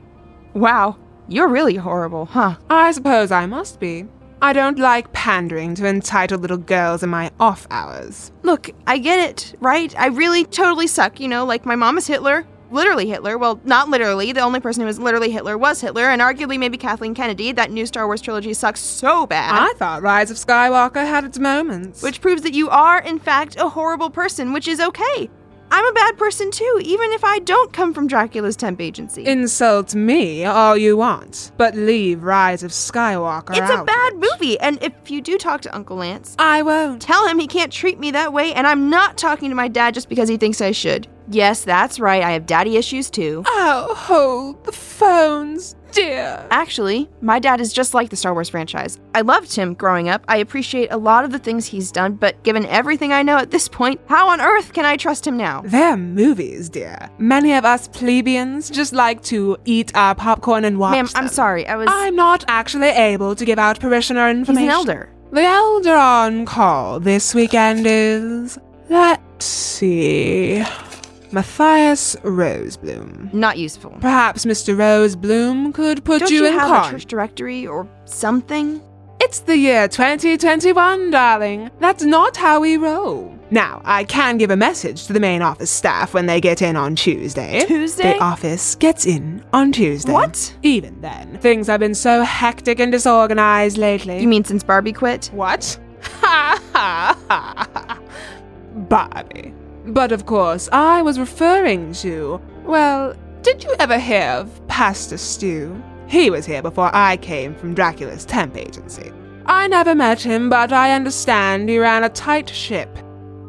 wow, you're really horrible, huh?
I suppose I must be. I don't like pandering to entitled little girls in my off hours.
Look, I get it, right? I really totally suck, you know, like my mom is Hitler. Literally Hitler. Well, not literally. The only person who was literally Hitler was Hitler, and arguably maybe Kathleen Kennedy. That new Star Wars trilogy sucks so bad.
I thought Rise of Skywalker had its moments.
Which proves that you are, in fact, a horrible person, which is okay. I'm a bad person too, even if I don't come from Dracula's temp agency.
insult me all you want, but leave Rise of Skywalker
it's
out.
a bad movie, and if you do talk to Uncle Lance,
I won't.
Tell him he can't treat me that way, and I'm not talking to my dad just because he thinks I should. Yes, that's right, I have daddy issues too.
Oh, hold the phones, dear.
Actually, my dad is just like the Star Wars franchise. I loved him growing up. I appreciate a lot of the things he's done, but given everything I know at this point, how on earth can I trust him now?
They're movies, dear. Many of us plebeians just like to eat our popcorn and watch.
Ma'am, I'm
them.
sorry. I was.
I'm not actually able to give out parishioner
he's
information.
an elder.
The elder on call this weekend is. Let's see. Matthias Rosebloom.
Not useful.
Perhaps Mr. Rosebloom could put
Mm. Don't
you,
you,
in
have a
con.
church directory or something?
It's the year 2021, darling. That's not how we roll. Now, I can give a message to the main office staff when they get in on Tuesday.
Tuesday?
The office gets in on Tuesday.
What?
Even then, things have been so hectic and disorganized lately.
You mean since Barbie quit?
What? Ha ha ha. ha. Barbie. But of course, I was referring to. Well, did you ever hear of Pastor Stew? He was here before I came from Dracula's temp agency. I never met him, but I understand he ran a tight ship.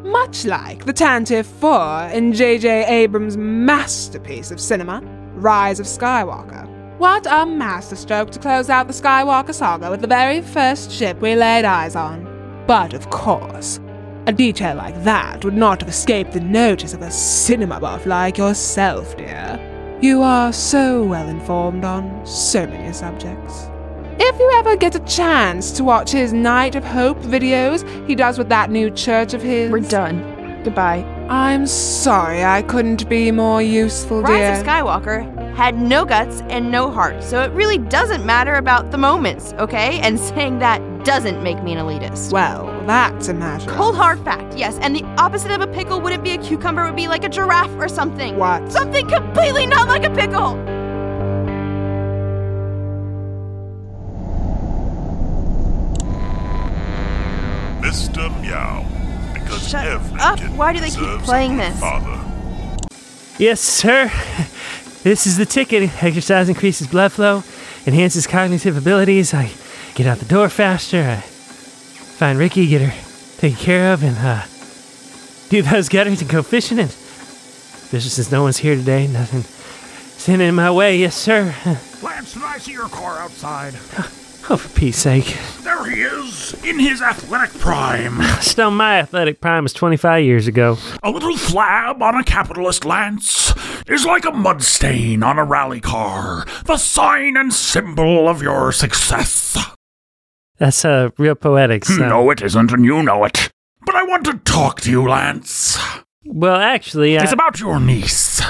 Much like the Tantive 4 in J.J. Abrams' masterpiece of cinema, Rise of Skywalker. What a masterstroke to close out the Skywalker saga with the very first ship we laid eyes on. But of course, a detail like that would not have escaped the notice of a cinema buff like yourself, dear. You are so well informed on so many subjects. If you ever get a chance to watch his Night of Hope videos he does with that new church of his. We're
done. Goodbye.
I'm sorry I couldn't be more useful, dear.
Rise of Skywalker had no guts and no heart, so it really doesn't matter about the moments, okay? And saying that doesn't make me an elitist.
Well, that's a matter.
Cold hard fact, yes, and the opposite of a pickle wouldn't be a cucumber, it would be like a giraffe or something.
What?
Something completely not like a pickle!
Mr. Meow. Because
Shut
every
up!
kitten
Why do they keep
deserves a
playing
good
this?
Father.
Yes, sir. This is the ticket. Exercise increases blood flow, enhances cognitive abilities. I get out the door faster. I find Ricky, get her taken care of, and uh, do those gutters and go fishing. And especially since no one's here today, nothing standing in my way. Yes, sir.
Lance, did I see your car outside?
Oh, for Pete's sake.
There he is, in his athletic prime.
Still, my athletic prime is 25 years ago.
A little flab on a capitalist lance is like a mud stain on a rally car, the sign and symbol of your success.
That's uh, real poetic. So.
Hmm, No, it isn't, and you know it. But I want to talk to you, Lance.
Well, actually,
It's about your niece,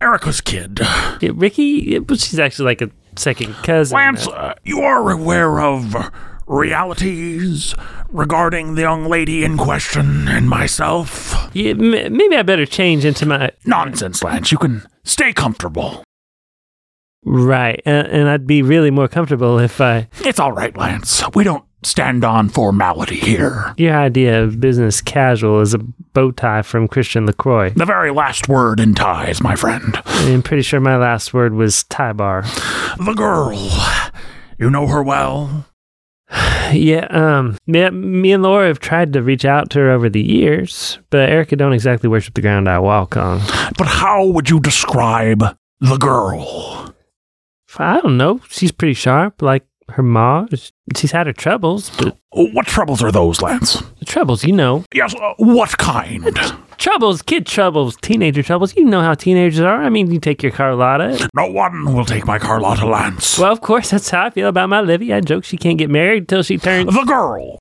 Erica's kid.
Yeah, Ricky, yeah, but she's actually like a second cousin.
Lance, uh, you are aware of realities regarding the young lady in question and myself?
Yeah, m- maybe I better change into my
nonsense, Lance. You can stay comfortable.
Right, and, and I'd be really more comfortable if I.
It's all right, Lance. We don't stand on formality here.
Your idea of business casual is a bow tie from Christian Lacroix.
The very last word in ties, my friend.
I'm pretty sure my last word was tie bar.
The girl. You know her well.
Yeah, um, me, me and Laura have tried to reach out to her over the years, but Erica don't exactly worship the ground I walk on.
But how would you describe the girl?
I don't know. She's pretty sharp, like her ma. She's had her troubles, but
What troubles are those, Lance?
the troubles, you know.
Yes, uh, what kind?
Troubles, kid troubles, teenager troubles. You know how teenagers are. I mean, you take your Carlotta.
No one will take my Carlotta, Lance.
Well, of course, that's how I feel about my Livy. I joke she can't get married till she turns
The girl.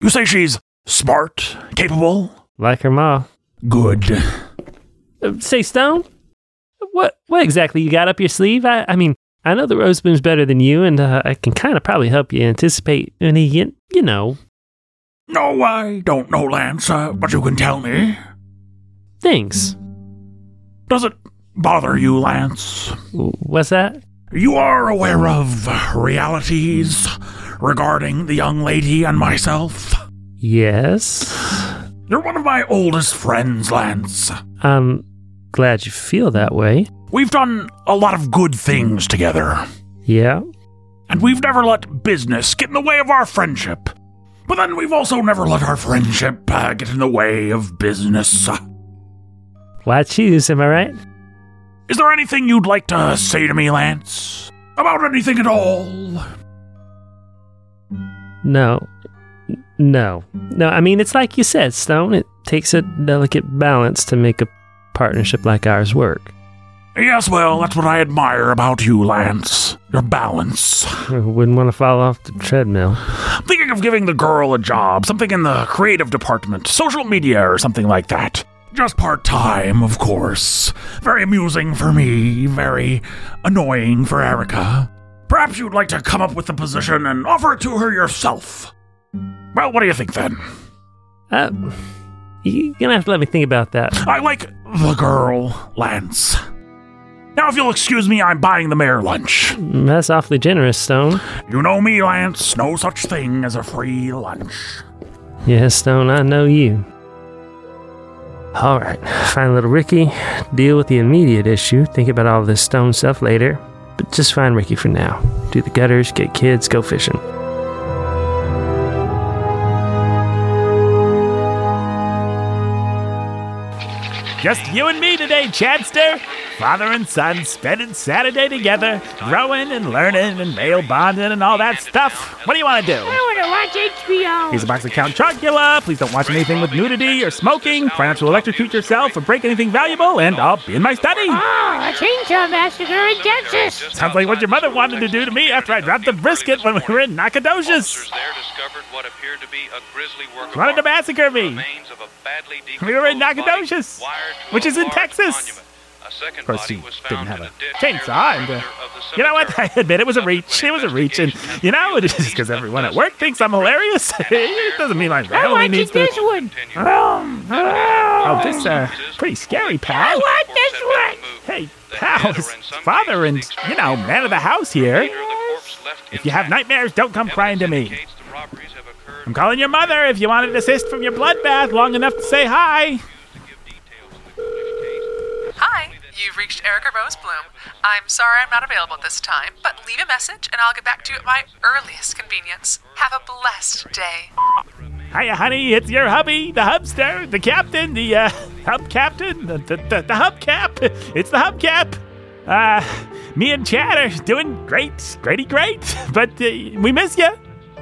You say she's smart, capable?
like her ma.
Good.
Uh, say, Stone, what what exactly you got up your sleeve? I, I mean, I know the rose bloom's better than you, and uh, I can kind of probably help you anticipate any, you you know,
No, I don't know, Lance, uh, but you can tell me.
things.
Does it bother you, Lance?
W- What's that?
You are aware of realities regarding the young lady and myself?
Yes.
You're one of my oldest friends, Lance.
I'm glad you feel that way.
We've done a lot of good things together,
Yeah.
and we've never let business get in the way of our friendship. But then we've also never let our friendship uh, get in the way of business.
Why choose? Am I right?
Is there anything you'd like to say to me, Lance? About anything at all?
No. N- No. No, I mean, it's like you said, Stone. It takes a delicate balance to make a partnership like ours work.
Yes, well, that's what I admire about you, Lance. Your balance.
I wouldn't want to fall off the treadmill.
Thinking of giving the girl a job, something in the creative department, social media, or something like that. Just part time, of course. Very amusing for me, very annoying for Erica. Perhaps you'd like to come up with the position and offer it to her yourself. Well, what do you think then?
Uh, you're going to have to let me think about that.
I like the girl, Lance. Now, if you'll excuse me, I'm buying the mayor lunch.
That's awfully generous, Stone.
You know me, Lance. No such thing as a free lunch.
Yeah, Stone, I know you. All right, find little Ricky. Deal with the immediate issue. Think about all this Stone stuff later. But just find Ricky for now. Do the gutters, get kids, go fishing.
Just you and me today, Chadster. Father and son spending Saturday together, growing and learning and male bonding and all that stuff. What do you want to do?
I want to watch HBO.
He's a box of Count Chocula. Please don't watch anything with nudity or smoking. Try not to electrocute yourself or break anything valuable, and I'll be in my study.
Oh, a chainsaw massacre in Texas.
Sounds like what your mother wanted to do to me after I dropped the brisket when we were in Nacogdoches. She wanted to massacre me. We were in Nacogdoches, which is in Texas. Of course, she didn't have a chainsaw, and uh, you know what? I admit it was a reach. It was a reach, and you know, it's just because everyone at work thinks I'm hilarious. it doesn't mean my
I
family
want
needs
this
to.
one.
Oh, this uh, pretty scary,
I
pal.
want this one.
Hey, pal, his father and you know, man of the house here. If you have nightmares, don't come crying to me. I'm calling your mother if you want an assist from your bloodbath long enough to say hi.
Hi, you've reached Erica Rose Bloom. I'm sorry I'm not available at this time, but leave a message and I'll get back to you at my earliest convenience. Have a blessed day.
Hiya, honey, it's your hubby, the hubster, the captain, the uh, hub captain, the, the, the, the hubcap. It's the hubcap. Uh, me and Chad are doing great, greaty great, but uh, we miss you.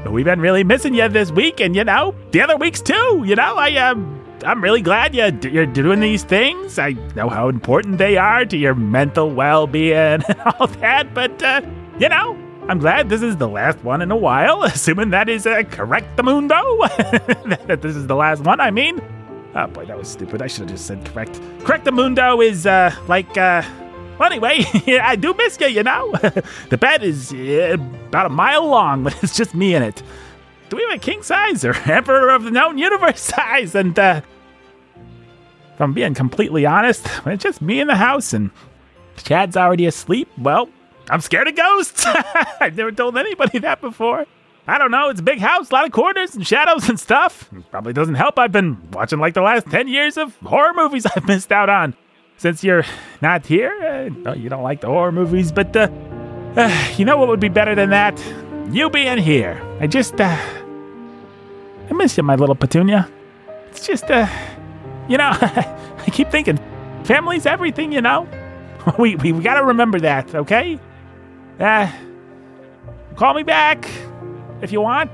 We've been really missing you this week, and you know, the other weeks too. You know, I um, I'm really glad you you're doing these things. I know how important they are to your mental well-being and all that, but uh, you know, I'm glad this is the last one in a while. Assuming that is uh, correct, the moon though. that this is the last one. I mean, oh boy, that was stupid. I should have just said correct. Correct, the moon though is uh, like uh. Well, anyway, I do miss you, you know. the bed is uh, about a mile long, but it's just me in it. Do we have a king size or emperor of the known universe size? And uh, if I'm being completely honest, when it's just me in the house and Chad's already asleep, well, I'm scared of ghosts. I've never told anybody that before. I don't know. It's a big house, a lot of corners and shadows and stuff. Probably doesn't help. I've been watching like the last 10 years of horror movies I've missed out on. Since you're not here, uh, no, you don't like the horror movies, but uh, uh, you know what would be better than that? You being here. I just, uh, I miss you, my little petunia. It's just, uh, you know, I keep thinking, family's everything, you know? we, we, we gotta remember that, okay? Uh, call me back if you want.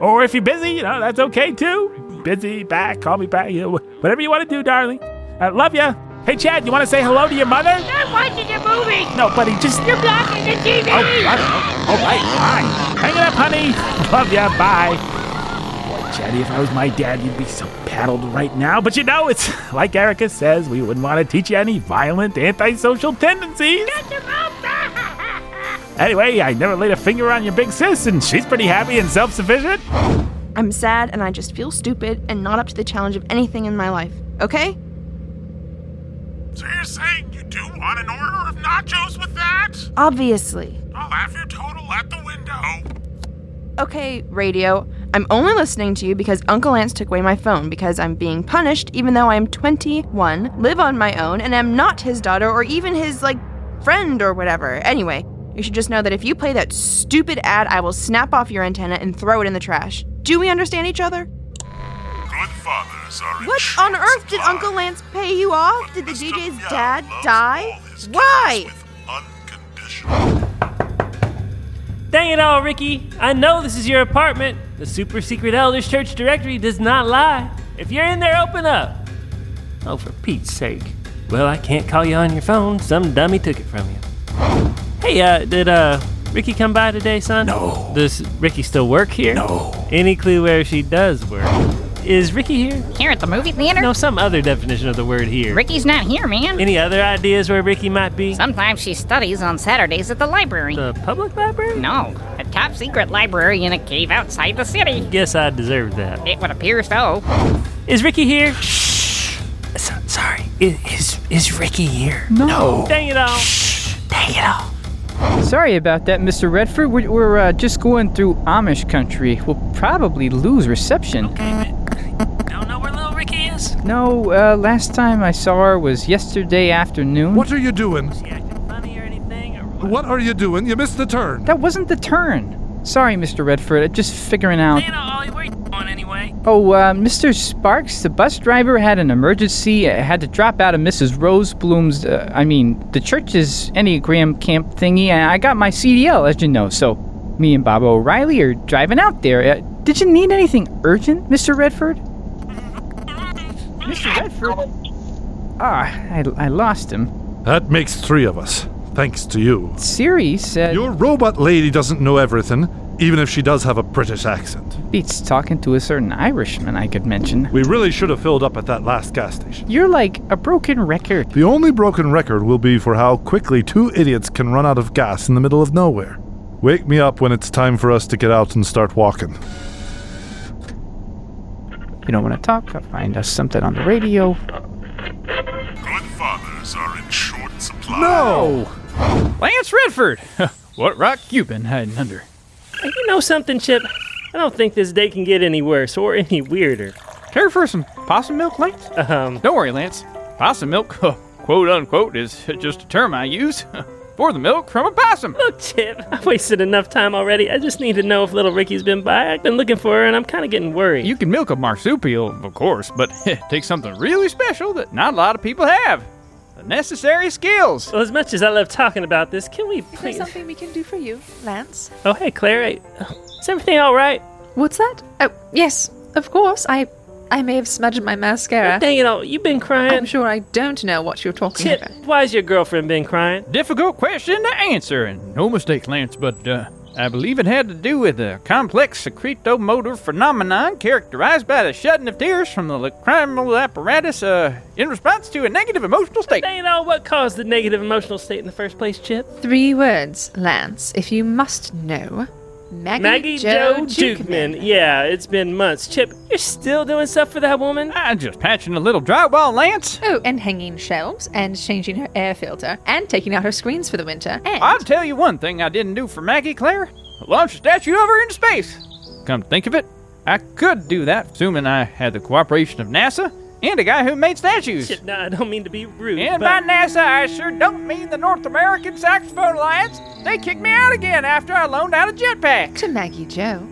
Or if you're busy, you know, that's okay too. Busy, back, call me back, you know, wh- whatever you want to do, darling. I love you. Hey, Chad, you want to say hello to your mother?
I'm watching a movie.
No, buddy, just.
You're blocking the TV.
Oh, I- all right, fine. Hang it up, honey. Love ya. Bye. Boy, Chatty, if I was my dad, you'd be so paddled right now. But you know, it's like Erica says, we wouldn't want to teach you any violent, antisocial tendencies. Anyway, I never laid a finger on your big sis, and she's pretty happy and self sufficient.
I'm sad and I just feel stupid and not up to the challenge of anything in my life, okay?
So you're saying you do want an order of nachos with that?
Obviously.
I'll have your total at the window.
Okay, radio, I'm only listening to you because Uncle Lance took away my phone because I'm being punished even though I'm 21, live on my own, and am not his daughter or even his, like, friend or whatever. Anyway, you should just know that if you play that stupid ad, I will snap off your antenna and throw it in the trash. Do we understand each other?
Good fathers are
What on earth did Uncle Lance pay you off? Did the DJ's dad die? Why?
Dang it all, Ricky. I know this is your apartment. The super secret elders church directory does not lie. If you're in there, open up. Oh, for Pete's sake. Well, I can't call you on your phone. Some dummy took it from you. Hey, uh, did, uh, Ricky come by today, son? No. Does Ricky still work here? No. Any clue where she does work? Is Ricky here?
Here at the movie theater?
No, some other definition of the word here.
Ricky's not here, man.
Any other ideas where Ricky might be?
Sometimes she studies on Saturdays at the library. The
public library?
No, a top secret library in a cave outside the city.
Guess I deserved that.
It would appear so.
Is Ricky here? Shh. sorry. Is, is is Ricky here? No. Dang it all.
Dang it all.
Sorry about that, Mr. Redford. We're, we're uh, just going through Amish country. We'll probably lose reception.
Don't know where little Ricky is?
No, uh, last time I saw her was yesterday afternoon. What are you doing?
What are you doing? You missed the turn.
That wasn't the turn. Sorry, Mr. Redford. I'm just figuring out. Oh, uh, Mr. Sparks, the bus driver had an emergency. Uh, had to drop out of Mrs. Rose Bloom's, uh, I mean, the church's Enneagram camp thingy. And I got my CDL, as you know, so Me and Bob O'Reilly are driving out there. Uh, did you need anything urgent, Mr. Redford? Mr. Redford?
Oh,
Ah, I, I lost him.
That makes three of us, thanks to you.
Siri said.
Your robot lady doesn't know everything, even if she does have a British accent.
Beats talking to a certain Irishman I could mention.
We really should have filled up at that last gas station.
You're like a broken record.
The only broken record will be for how quickly two idiots can run out of gas in the middle of nowhere. Wake me up when it's time for us to get out and start walking.
If you don't want to talk, I'll find us something on the radio.
Good fathers are in short supply.
No! Lance Redford! what rock you been hiding under?
Hey, You know something, Chip? I don't think this day can get any worse or any weirder.
Care for some possum milk, Lance?
Um,
Don't worry, Lance. Possum milk, quote unquote, is just a term I use for the milk from a possum.
Look, Chip, I've wasted enough time already. I just need to know if little Ricky's been by. I've been looking for her, and I'm kind of getting worried.
You can milk a marsupial, of course, but it takes something really special that not a lot of people have. The necessary skills.
Well, as much as I love talking about this, can we
Is there
please?
something we can do for you, Lance?
Oh, hey, Claire. hey, Is everything all right?
What's that? Oh, yes, of course. I I may have smudged my mascara.
Dang it all! You've been crying.
I'm sure I don't know what you're talking
Chip,
about.
why's your girlfriend been crying?
Difficult question to answer, and no mistake, Lance, but uh, I believe it had to do with a complex secretomotor phenomenon characterized by the shedding of tears from the lacrimal apparatus uh, in response to a negative emotional state.
Dang it all! What caused the negative emotional state in the first place, Chip?
Three words, Lance, if you must know. Maggie, Joe, Dukeman.
Yeah, it's been months. Chip, you're still doing stuff for that woman?
I'm just patching a little drywall, Lance.
Oh, and hanging shelves, and changing her air filter, and taking out her screens for the winter, and
I'll tell you one thing I didn't do for Maggie Claire launch a statue of her into space. Come to think of it, I could do that, assuming I had the cooperation of NASA and a guy who made statues.
Chip, no, I don't mean to be rude.
And by
but
NASA, I sure don't mean the North American Saxophone Alliance. They kicked me out again after I loaned out a jetpack.
to Maggie Joe.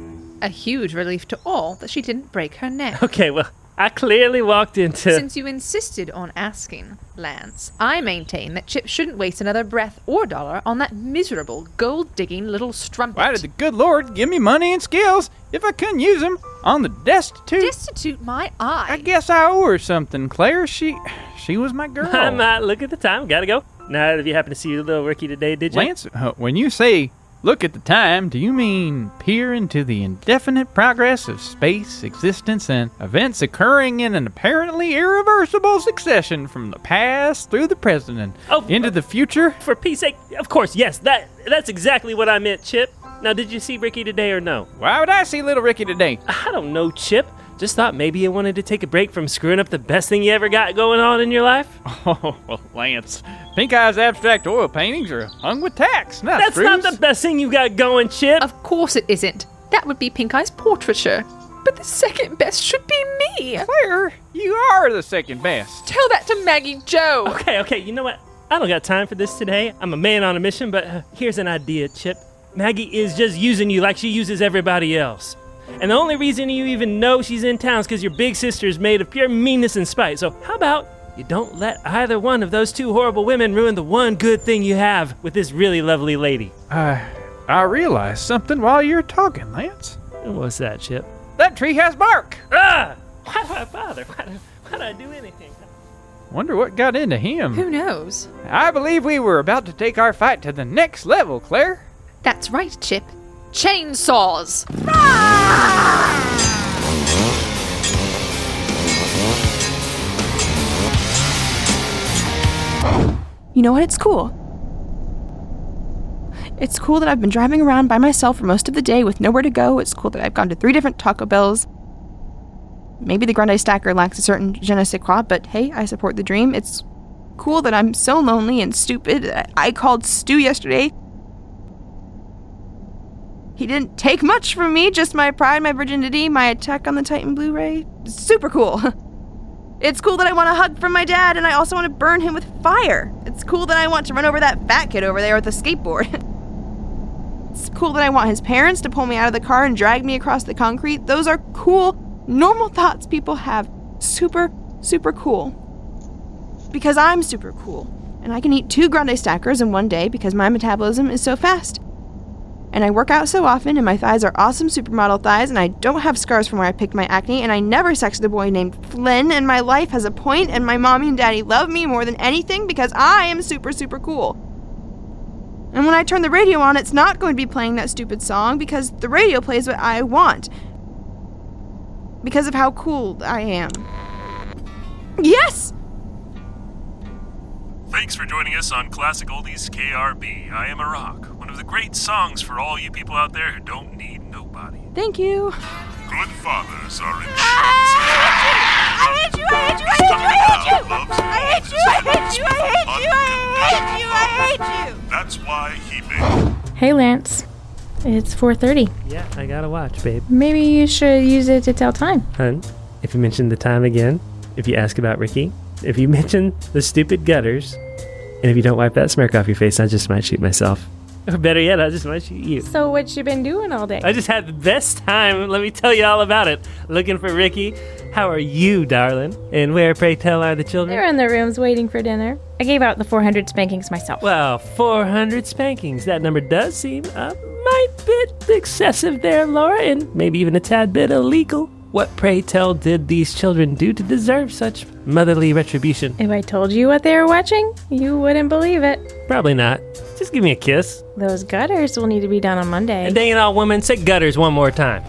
A huge relief to all that she didn't break her neck.
Okay, well, I clearly walked into.
Since you insisted on asking, Lance, I maintain that Chip shouldn't waste another breath or dollar on that miserable gold digging little strumpet.
Why did the good Lord give me money and skills if I couldn't use them on the destitute?
destitute my eye?
I guess I owe her something, Claire. She, she was my girl.
I might look at the time. Gotta go. Now, if you happen to see your little Ricky today, did you?
Lance, uh, when you say look at the time, do you mean peer into the indefinite progress of space, existence, and events occurring in an apparently irreversible succession from the past through the present and
Oh,
into the future?
For peace sake, of course, yes. That that's exactly what I meant, Chip. Now, did you see Ricky today or no?
Why would I see little Ricky today?
I don't know, Chip. Just thought maybe you wanted to take a break from screwing up the best thing you ever got going on in your life.
Oh, well, Lance, Pink Eye's abstract oil paintings are hung with tacks, not
That's not
screws.
the best thing you got going, Chip.
Of course it isn't. That would be Pink Eye's portraiture. But the second best should be me.
Claire, you are the second best.
Tell that to Maggie Joe.
Okay, okay, you know what? I don't got time for this today. I'm a man on a mission, but uh, here's an idea, Chip. Maggie is just using you like she uses everybody else. And the only reason you even know she's in town is because your big sister is made of pure meanness and spite. So, how about you don't let either one of those two horrible women ruin the one good thing you have with this really lovely lady?
Uh, I realized something while you were talking, Lance.
What's that, Chip?
That tree has bark.
Ah! Why do I bother? Why do, why do I do anything?
Wonder what got into him.
Who knows?
I believe we were about to take our fight to the next level, Claire.
That's right, Chip. Chainsaws.
You know what? It's cool. It's cool that I've been driving around by myself for most of the day with nowhere to go. It's cool that I've gone to three different Taco Bells. Maybe the Grande Stacker lacks a certain je ne sais quoi, but hey, I support the dream. It's cool that I'm so lonely and stupid. I- I called Stu yesterday. He didn't take much from me, just my pride, my virginity, my attack on the Titan Blu ray. Super cool. It's cool that I want a hug from my dad and I also want to burn him with fire. It's cool that I want to run over that fat kid over there with a skateboard. it's cool that I want his parents to pull me out of the car and drag me across the concrete. Those are cool, normal thoughts people have. Super, super cool. Because I'm super cool. And I can eat two grande stackers in one day because my metabolism is so fast. and I work out so often, and my thighs are awesome supermodel thighs, and I don't have scars from where I picked my acne, and I never sexted a boy named Flynn, and my life has a point, and my mommy and daddy love me more than anything because I am super, super cool. And when I turn the radio on, it's not going to be playing that stupid song because the radio plays what I want. Because of how cool I am. Yes!
Thanks for joining us on Classic Oldies KRB. I am a rock, one of the great songs for all you people out there who don't need nobody.
Thank you.
Good fathers are in
I hate you! I hate you! I hate you! I hate you! I hate you! I hate you! I hate you! I hate you! I hate you!
That's why he
Hey, Lance. It's 4.30.
Yeah, I gotta watch, babe.
Maybe you should use it to tell time.
Hun, if you mention the time again, if you ask about Ricky, if you mention the stupid gutters, and if you don't wipe that smirk off your face, I just might shoot myself. Or better yet, I just might shoot you.
So what you been doing all day?
I just had the best time. Let me tell you all about it. Looking for Ricky. How are you, darling? And where, pray tell, are the children?
They're in their rooms waiting for dinner. I gave out the 400 spankings myself.
Well, 400 spankings. That number does seem a might bit excessive there, Laura, and maybe even a tad bit illegal. What, pray tell, did these children do to deserve such motherly retribution?
If I told you what they were watching, you wouldn't believe it.
Probably not. Just give me a kiss.
Those gutters will need to be done on Monday.
And dang it all, woman, say gutters one more time.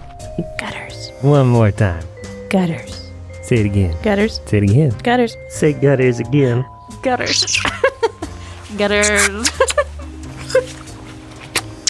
Gutters.
One more time.
Gutters.
Say it again.
Gutters.
Say it again.
Gutters.
Say gutters again.
Gutters. gutters.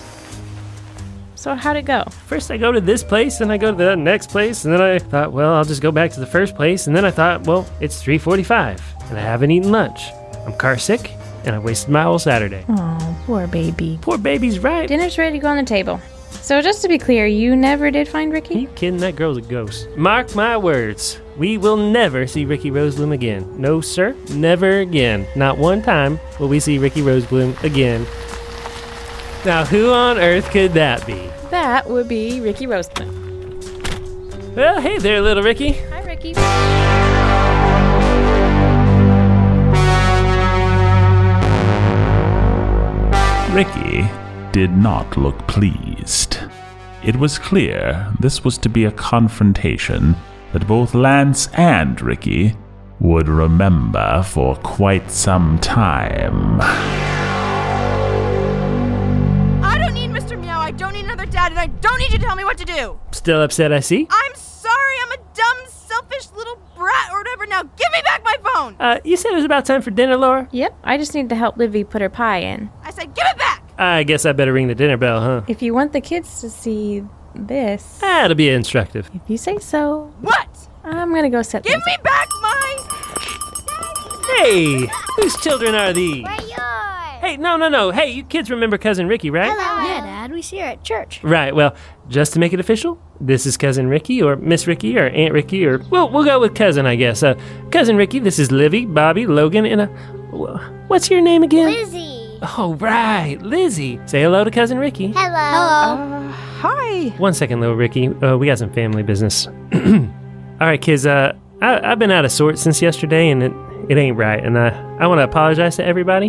so how'd it go?
First, I go to this place, then I go to the next place, and then I thought, well, I'll just go back to the first place, and then I thought, well, it's 3:45, and I haven't eaten lunch. I'm car sick, and I wasted my whole Saturday.
Oh, poor baby.
Poor baby's right.
Dinner's ready to go on the table. So just to be clear, you never did find Ricky?
Kidding, that girl's a ghost. Mark my words, we will never see Ricky Rosebloom again. No, sir, never again. Not one time will we see Ricky Rosebloom again. Now, who on earth could that be?
That would be Ricky Rosebloom.
Well, hey there, little Ricky.
Hi, Ricky.
Ricky did not look pleased. It was clear this was to be a confrontation that both Lance and Ricky would remember for quite some time.
I don't need Mr. Meow, I don't need another dad, and I don't need you to tell me what to do!
Still upset, I see.
I'm sorry, I'm a dumb, selfish little brat or whatever. Now give me back my phone!
Uh, you said it was about time for dinner, Laura?
Yep, I just need to help Livy put her pie in.
I said give it back!
I guess I better ring the dinner bell, huh?
If you want the kids to see this,
That'll be instructive.
if you say so.
What?
I'm gonna go set
Give me back my.
Hey, whose children are these? Hey, no, no, no. Hey, you kids remember Cousin Ricky, right?
Yeah, Dad, we see her at church.
Right. Well, just to make it official, this is cousin Ricky or Miss Ricky or Aunt Ricky or well, we'll go with cousin, I guess. Uh, cousin Ricky. This is Livy, Bobby, Logan, and uh, wh- what's your name again?
Lizzie.
Oh, right, Lizzie. Say hello to cousin Ricky.
Hello. Hello.
Uh,
hi.
One second, little Ricky. Uh, we got some family business. All right, kids. Uh, I, I've been out of sorts since yesterday, and it it ain't right. And uh, I want to apologize to everybody.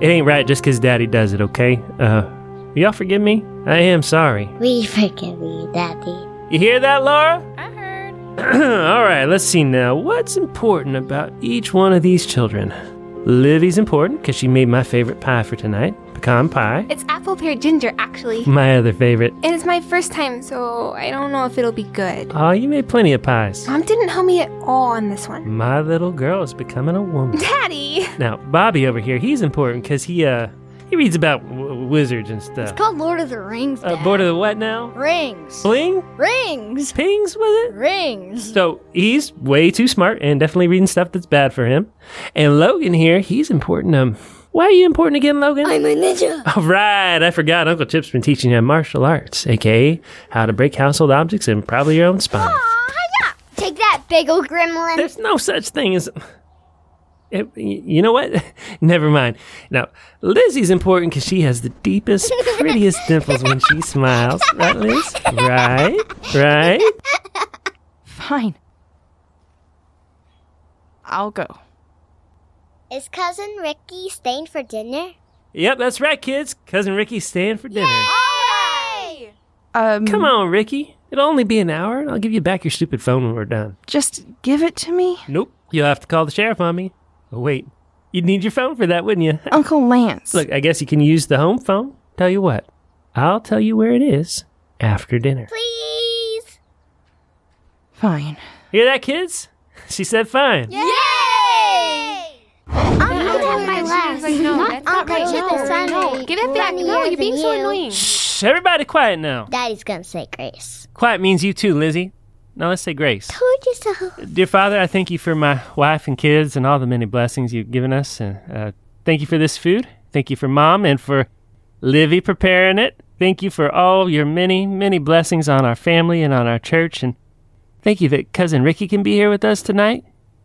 It ain't right just 'cause Daddy does it. Okay. Uh, y'all forgive me. I am sorry.
We forgive you, Daddy.
You hear that, Laura? I heard. All right, let's see now. What's important about each one of these children? Livy's important because she made my favorite pie for tonight pecan pie.
It's apple pear ginger, actually.
Hmm.
My other favorite.
And it's my first time, so I don't know if it'll be good.
Aw, oh, you made plenty of pies.
Mom didn't help me at all on this one.
My little girl is becoming a woman.
Daddy!
now, Bobby over here, he's important because he, uh, he reads about w- wizards and stuff.
It's called Lord of the Rings.
uh, board of the what now?
Rings.
Bling?
Rings.
Pings with it?
Rings.
So he's way too smart and definitely reading stuff that's bad for him. And Logan here, he's important. Um, why are you important again, Logan?
I'm a ninja.
All right, I forgot. Uncle Chip's been teaching you martial arts, aka how to break household objects and probably your own spine.
Take that, big old gremlin.
There's no such thing as. It- Eh, y- you know what? Never mind. Now, Lizzie's important because she has the deepest, prettiest dimples when she smiles. Right, Liz? Right? Right?
Fine. I'll go.
Is cousin Ricky staying for dinner?
Yep, that's right, kids. Cousin Ricky's staying for dinner.
Um,
Come on, Ricky. It'll only be an hour, and I'll give you back your stupid phone when we're done.
Just give it to me.
Nope. You'll have to call the sheriff on me. Oh, wait. You'd need your phone for that, wouldn't you?
Uncle Lance.
Look, I guess you can use the home phone. Tell you what, I'll tell you where it is after dinner.
Please.
Fine.
Hear that, kids? She said fine.
Yay! I'm
on my last.
Not Uncle Chip
Sunday.
Get it back.
No, you're being so
annoying.
Shh, everybody quiet now.
Daddy's gonna say grace.
Quiet means you too, Lizzie. Now let's say grace.
Told you so.
Dear Father, I thank you for my wife and kids and all the many blessings you've given us. And uh, thank you for this food. Thank you for Mom and for Livy preparing it. Thank you for all your many, many blessings on our family and on our church. And thank you that Cousin Ricky can be here with us tonight.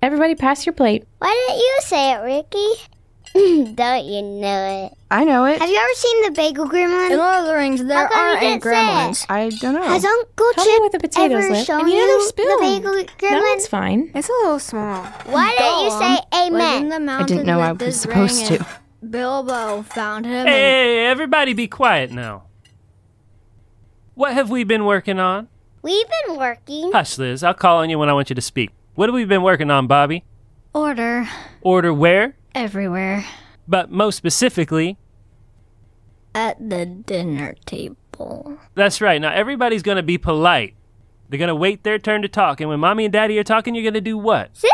Everybody, pass your plate.
Why didn't you say it, Ricky? Don't you know it?
I know it.
Have you ever seen the bagel gremlin?
In Lord of the Rings, there
come you
aren't any
didn't say it?
gremlins.
I don't know.
Has Uncle
Tell me
Chip
where the potatoes
ever
live.
shown
And you know
you
they're spilled.
the bagel
No,
gremlin?
it's fine.
It's a little small.
Why didn't you say amen?
I
didn't know I was supposed to.
Bilbo found him.
Hey, hey, everybody be quiet now. What have we been working on?
We've been working.
Hush, Liz. I'll call on you when I want you to speak. What have we been working on, Bobby?
Order
Order where?
everywhere
But most specifically,
at the dinner table.
That's right. Now everybody's going to be polite. They're going to wait their turn to talk. And when mommy and daddy are talking, you're going to do what?
Sit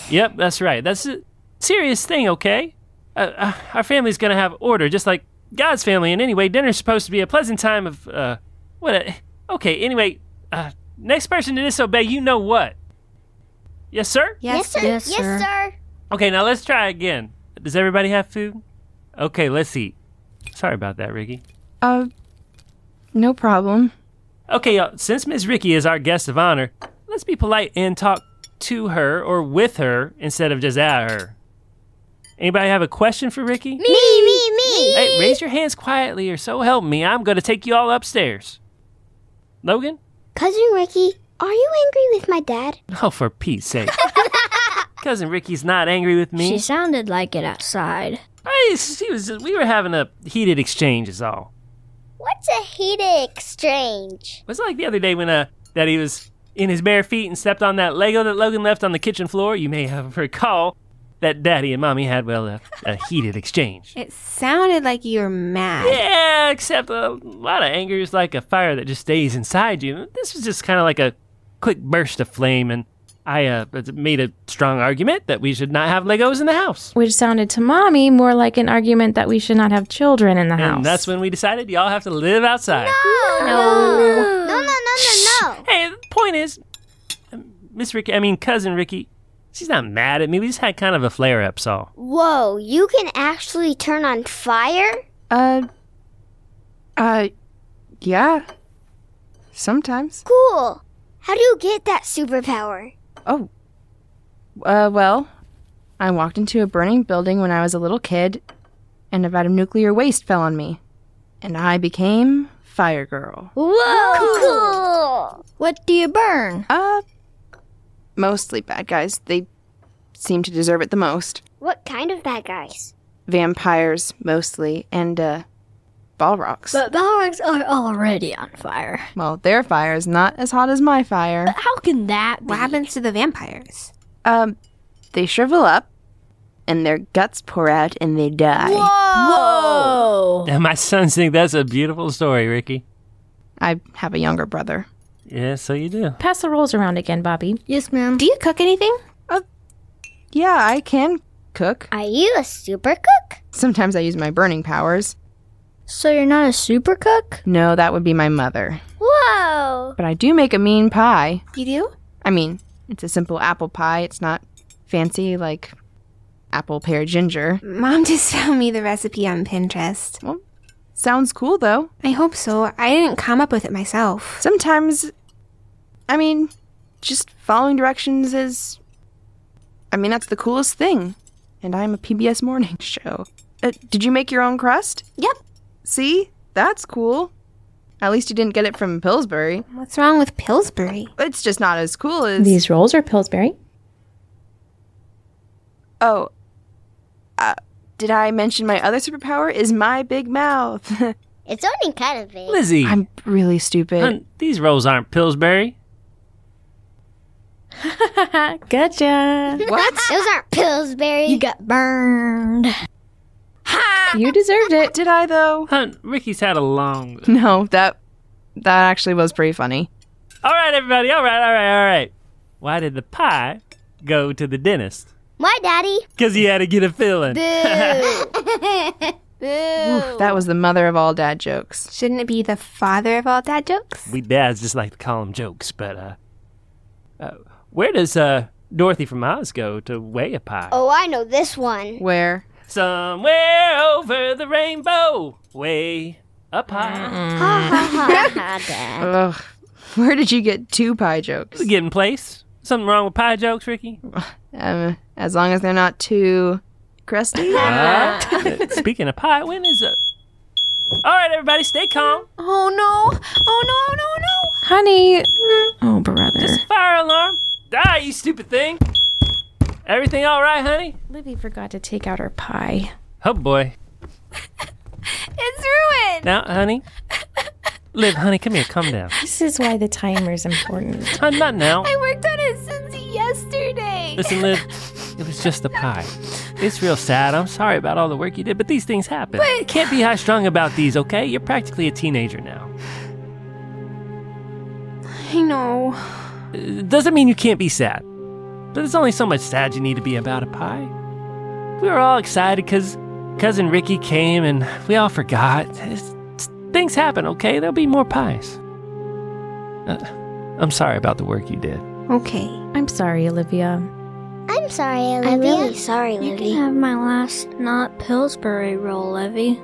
it.
Yep, that's right. That's a serious thing, okay? Uh, uh, our family's going to have order, just like God's family. And anyway, dinner's supposed to be a pleasant time of, uh, what? A, okay, anyway, uh, next person to disobey, you know what? Yes, sir?
Yes, sir. Yes, sir.
Okay, now let's try again. Does everybody have food? Okay, let's eat. Sorry about that, Ricky.
Uh, no problem.
Okay, uh, since Miss Ricky is our guest of honor, let's be polite and talk to her or with her instead of just at her. Anybody have a question for Ricky?
Me, me, me.
Hey, raise your hands quietly or so help me, I'm going to take you all upstairs. Logan?
Cousin Ricky, are you angry with my dad?
Oh, for Pete's sake. Cousin Ricky's not angry with me.
She sounded like it outside.
Hey, she was we were having a heated exchange is all.
What's a heated exchange?
It was like the other day when uh that he was in his bare feet and stepped on that Lego that Logan left on the kitchen floor. You may have recall that Daddy and Mommy had well a, a heated exchange.
It sounded like you were mad.
Yeah, except uh, a lot of anger is like a fire that just stays inside you. This was just kind of like a quick burst of flame, and I uh, made a strong argument that we should not have Legos in the house.
Which sounded to mommy more like an argument that we should not have children in the
And
house.
that's when we decided y'all have to live outside.
No. No, no, no, no, no.
Hey, the point is, Miss Ricky, I mean, cousin Ricky, she's not mad at me. We just had kind of a flare up, so.
Whoa, you can actually turn on fire?
Uh, uh, yeah. Sometimes.
Cool. How do you get that superpower?
Oh. Uh, well, I walked into a burning building when I was a little kid, and a vat of nuclear waste fell on me, and I became Fire Girl.
Whoa! Cool.
What do you burn?
Uh, mostly bad guys. They seem to deserve it the most.
What kind of bad guys?
Vampires, mostly, and, uh, Balrogs.
But Balrogs are already on fire.
well, their fire is not as hot as my fire.
How can that be?
What happens to the vampires?
Um, they shrivel up, and their guts pour out, and they die.
Whoa!
And my sons think that's a beautiful story, Ricky.
I have a younger brother.
Yeah, so you do.
Pass the rolls around again, Bobby.
Yes, ma'am.
Do you cook anything?
Yeah, I can cook.
Are you a super cook?
Sometimes I use my burning powers.
So you're not a super cook?
No, that would be my mother.
Whoa!
But I do make a mean pie.
You do?
I mean, it's a simple apple pie. It's not fancy like apple pear ginger.
Mom just found me the recipe on Pinterest.
Well, Sounds cool, though.
I hope so. I didn't come up with it myself.
Sometimes, I mean, just following directions is. I mean, that's the coolest thing. And I'm a PBS morning show. Uh, did you make your own crust?
Yep.
See? That's cool. At least you didn't get it from Pillsbury.
What's wrong with Pillsbury?
It's just not as cool as.
These rolls are Pillsbury.
Oh. Uh, did I mention my other superpower is my big mouth?
It's only kind of big.
Lizzie.
I'm really stupid.
Hun, these rolls aren't Pillsbury.
gotcha.
What? Those aren't Pillsbury.
You got burned.
You deserved it.
Did I though?
Hun, Ricky's had a long.
No, that that actually was pretty funny.
All right, everybody. All right, all right, all right. Why did the pie go to the dentist?
Why, Daddy?
Because he had to get a filling.
Boo. Boo.
That was the mother of all dad jokes.
Shouldn't it be the father of all dad jokes?
We dads just like to call them jokes, but uh, uh where does uh Dorothy from Oz go to weigh a pie?
Oh, I know this one.
Where?
Somewhere over the rainbow, way up high.
Ugh. Where did you get two pie jokes?
Get in place. Something wrong with pie jokes, Ricky?
Um, as long as they're not too crusty.
Uh, speaking of pie, when is it? All right, everybody, stay calm.
Oh no! Oh no! No! No!
Honey.
Oh, brother.
Fire alarm! Die, you stupid thing! Everything all right, honey?
Libby forgot to take out her pie.
Oh boy.
It's ruined.
Now, honey. Liv, honey, come here, calm down.
This is why the timer is important.
Hun, not now.
I worked on it since yesterday.
Listen, Liv, it was just the pie. It's real sad. I'm sorry about all the work you did, but these things happen.
But-
You can't be high strung about these, okay? You're practically a teenager now.
I know.
It Uh, doesn't mean you can't be sad. But there's only so much sad you need to be about a pie. We were all excited because cousin Ricky came and we all forgot. It's- it's- things happen, okay? There'll be more pies. Uh, I'm sorry about the work you did.
Okay.
I'm sorry, Olivia.
I'm sorry, Olivia.
I'm really
sorry,
You can have my last not Pillsbury roll, Levy.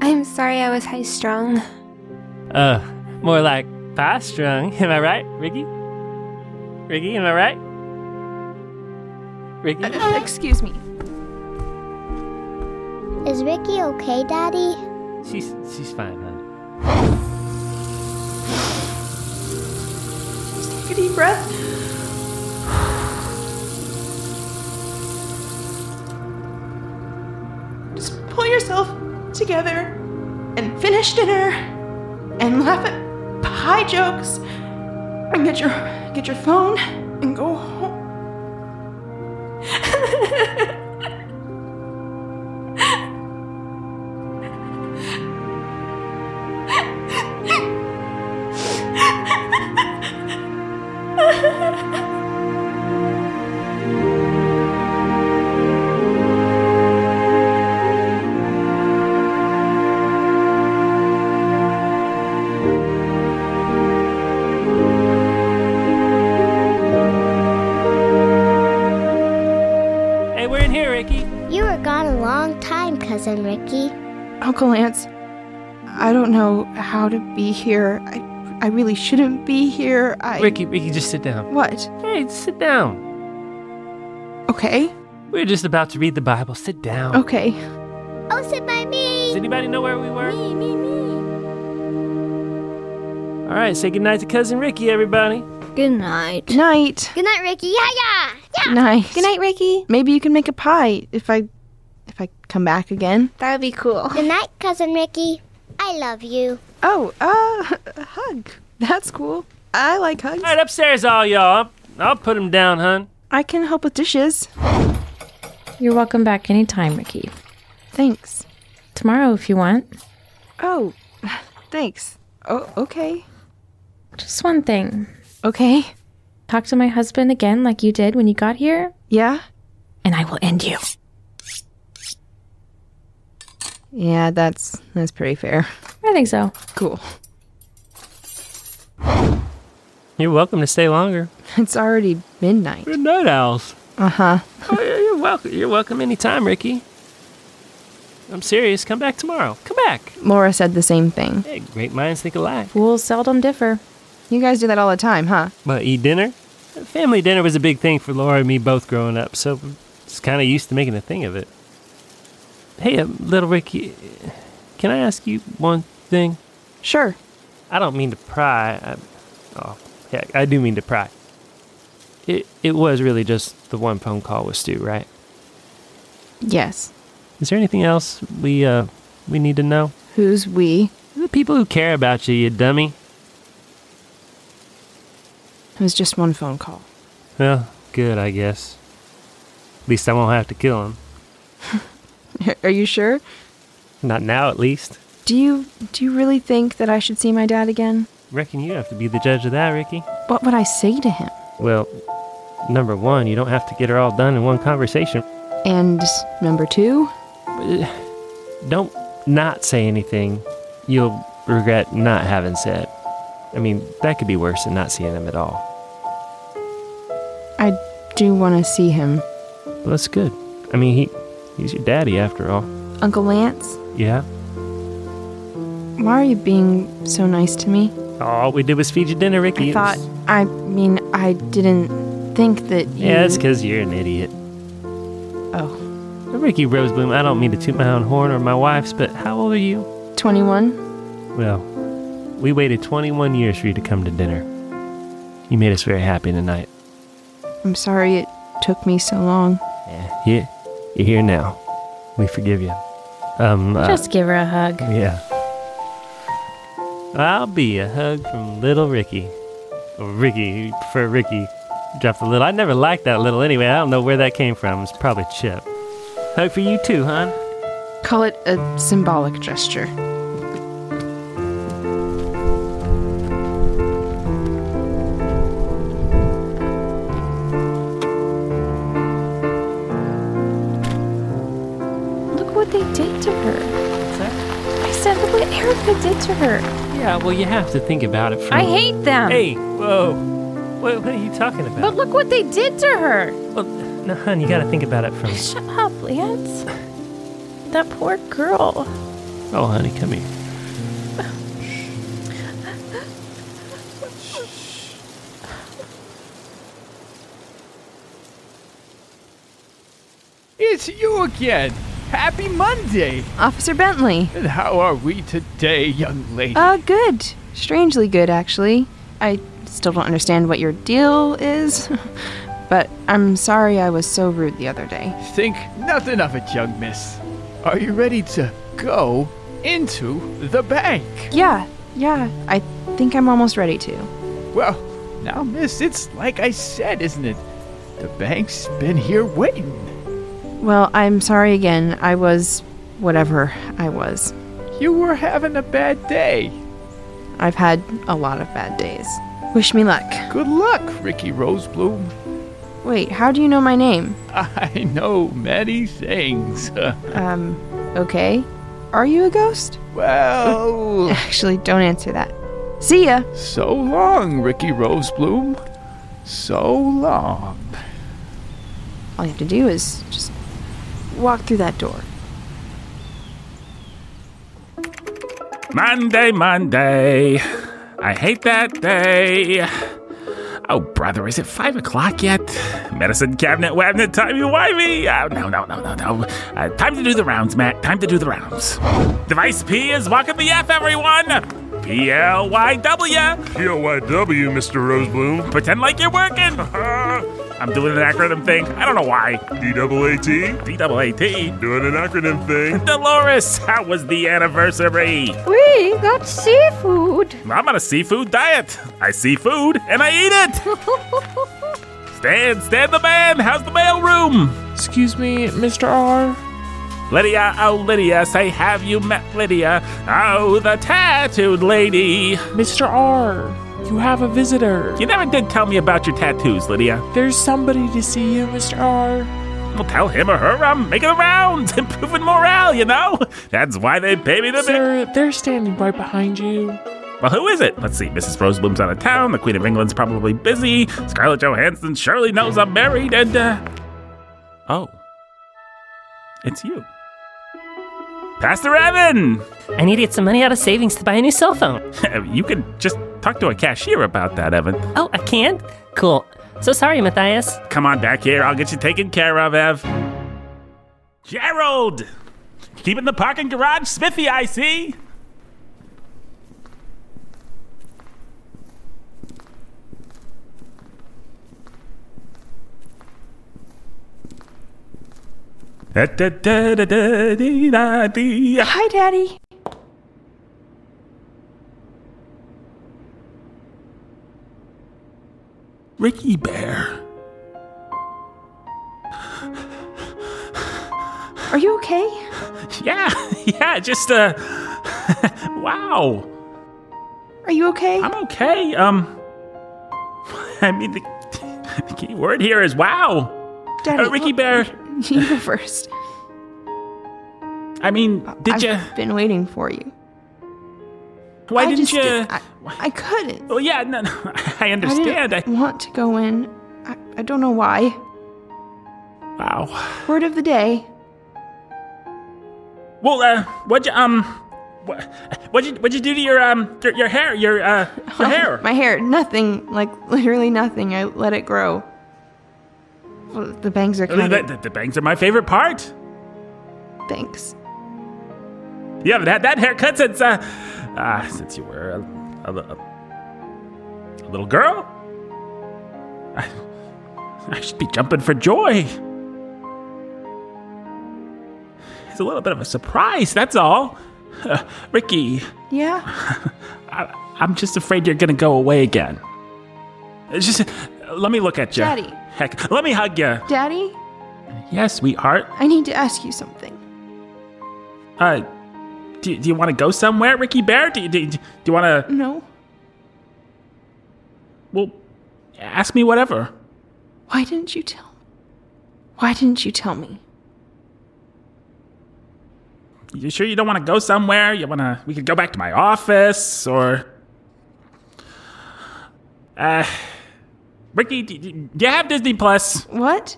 I'm sorry I was high strung.
Uh, more like pie strung. Am I right, Ricky? Ricky, am I right? Ricky?
Uh, excuse me.
Is Ricky okay, Daddy?
She's she's fine, huh?
Take a deep breath. Just pull yourself together and finish dinner and laugh at pie jokes and get your get your phone and go home.
Hey, we're in here, Ricky.
You were gone a long time, Cousin Ricky.
Uncle Lance, I don't know how to be here. I I really shouldn't be here. I
Ricky, Ricky, just sit down.
What?
Hey, just sit down.
Okay.
We were just about to read the Bible. Sit down.
Okay.
Oh, sit by me.
Does anybody know where we were?
Me, me, me.
All right, say goodnight to cousin Ricky, everybody.
Good night.
Night.
Good night, Ricky. Yeah, yeah, yeah.
Night.
Good night, Ricky.
Maybe you can make a pie if I if I come back again.
That would be cool.
Good night, Cousin Ricky. I love you.
Oh, uh, a hug. That's cool. I like hugs.
All right, upstairs, all y'all. I'll put him down, hun.
I can help with dishes.
You're welcome back anytime, Ricky.
Thanks.
Tomorrow, if you want.
Oh, thanks. Oh, okay.
Just one thing.
Okay.
Talk to my husband again, like you did when you got here,
Yeah.
and I will end you.
Yeah, that's that's pretty fair.
I think so.
Cool.
You're welcome to stay longer.
It's already midnight.
Good night, owls.
Uh huh.
oh, yeah, you're welcome. You're welcome anytime, Ricky. I'm serious. Come back tomorrow. Come back.
Laura said the same thing.
Hey, great minds think alike.
Fools seldom differ. You guys do that all the time, huh?
But eat dinner? Uh, Family dinner was a big thing for Laura and me both growing up, so we're just kind of used to making a thing of it. Hey, uh, little Ricky, can I ask you one thing?
Sure.
I don't mean to pry. I, oh, yeah, I do mean to pry. It it was really just the one phone call with Stu, right?
Yes.
Is there anything else we uh we need to know?
Who's we?
The people who care about you, you dummy.
It was just one phone call.
Well, good, I guess. At least I won't have to kill him.
Are you sure?
Not now, at least.
Do you do you really think that I should see my dad again?
Reckon you have to be the judge of that, Ricky.
What would I say to him?
Well, number one, you don't have to get her all done in one conversation.
And number 2?
Don't not say anything you'll regret not having said. I mean, that could be worse than not seeing him at all.
I do want to see him.
But that's good. I mean, he he's your daddy after all.
Uncle Lance,
Yeah.
why are you being so nice to me?
All we did was feed you dinner, Ricky.
I
It was-
thought I mean I didn't think that you
Yeah, it's because you're an idiot.
Oh.
Ricky Rosebloom, I don't mean to toot my own horn or my wife's, but how old are you?
21.
Well, we waited 21 years for you to come to dinner. You made us very happy tonight.
I'm sorry it took me so long.
You, you're here now. We forgive you. Um, uh,
Just give her a hug.
Yeah. I'll be a hug from little Ricky. Or Ricky, you prefer Ricky. Drop the little. I never liked that little anyway. I don't know where that came from. It's probably Chip. Hug for you too, hon.
Call it a symbolic gesture.
Look what they did to her. I said, look what Erica did to her.
Yeah, well, you have to think about it. From...
I hate them.
Hey, whoa. What, what are you talking about?
But look what they did to her.
No, hon, you gotta think about it from.
Shut up, Lance. That poor girl.
Oh, honey, come here.
It's you again. Happy Monday.
Officer Bentley.
And how are we today, young lady?
Uh good. Strangely good actually. I still don't understand what your deal is, but I'm sorry I was so rude the other day.
Think nothing of it, young miss. Are you ready to go into the bank?
Yeah, yeah. I think I'm almost ready to.
Well, now, miss, it's like I said, isn't it? The bank's been here waiting.
Well, I'm sorry again. I was whatever I was.
You were having a bad day.
I've had a lot of bad days. Wish me luck.
Good luck, Ricky Rosebloom.
Wait, how do you know my name?
I know many things.
Um, okay. Are you a ghost?
Well.
Actually, don't answer that. See ya.
so long, Ricky Rosebloom. So long.
All you have to do is just walk through that door.
Monday, Monday. I hate that day. Oh, brother, is it five o'clock yet? Medicine cabinet, cabinet, timey wimey. Oh, no, no, no, no, no. Uh, time to do the rounds, Matt. Time to do the rounds. Device P is walking the F, everyone. P L Y W. P L Y W, Mr. Rosebloom. Pretend like you're working. I'm doing an acronym thing. I don't know why. D double A T. D double A T. Doing an acronym thing. Dolores, how was the anniversary?
We got seafood.
I'm on a seafood diet. I see food and I eat it. Stan, Stan the man, how's the mailroom? Excuse me, Mr. R. Lydia, oh Lydia, say have you met Lydia? Oh, the tattooed lady. Mr. R, you have a visitor. You never did tell me about your tattoos, Lydia.
There's somebody to see you, Mr. R.
Well, tell him or her I'm making the rounds, improving morale, you know? That's why they pay me the big.
Sir, they're standing right behind you.
Well, who is it? Let's see. Mrs. Rosebloom's out of town. The Queen of England's probably busy. Scarlett Johansson surely knows I'm married. And, uh. Oh. It's you.
Pass the Raven! I need to get some money out of savings to buy a new cell phone.
you can just talk to a cashier about that, Evan.
Oh, I can't? Cool. So sorry, Matthias.
Come on back here. I'll get you taken care of, Ev. Gerald! Keep in the parking garage, Smithy, I see.
Hi, Daddy.
Ricky Bear.
Are you okay?
Yeah, yeah, just, uh. wow.
Are you okay?
I'm okay. Um. I mean, the, the key word here is wow.
Daddy,
Uh, Ricky
look,
Bear.
You go first.
I mean, did you.
I've been waiting for you.
Why
I
didn't
just
you.
did- I, I couldn't.
Well, yeah, no, no I understand.
I didn't want to go in. I, I don't know why.
Wow.
Word of the day.
Well, uh, what'd you, um. wha- What'd you, what'd you do to your, um. Your, your hair? Your, uh. Your
Oh,
hair?
My hair. Nothing. Like, literally nothing. I let it grow. Well, the bangs are
The,
kind of.
the, the bangs are my favorite part.
Thanks.
You haven't had that haircut since, uh, ah, since you were a, a, a, a little girl. I, I should be jumping for joy. It's a little bit of a surprise, that's all. Uh, Ricky,
Yeah.
I, I'm just afraid you're gonna go away again. It's just, let me look at you.
Daddy.
Heck, let me hug you.
Daddy,
Yes, sweetheart.
I need to ask you something.
Uh, do, do you want to go somewhere, Ricky Bear? Do, you- do, you- do you want to
No.
Well, ask me whatever.
Why didn't you tell me? Why didn't you tell me?
You sure you don't want to go somewhere? You want to? We could go back to my office, or uh, Ricky, do, do you have Disney Plus?
What?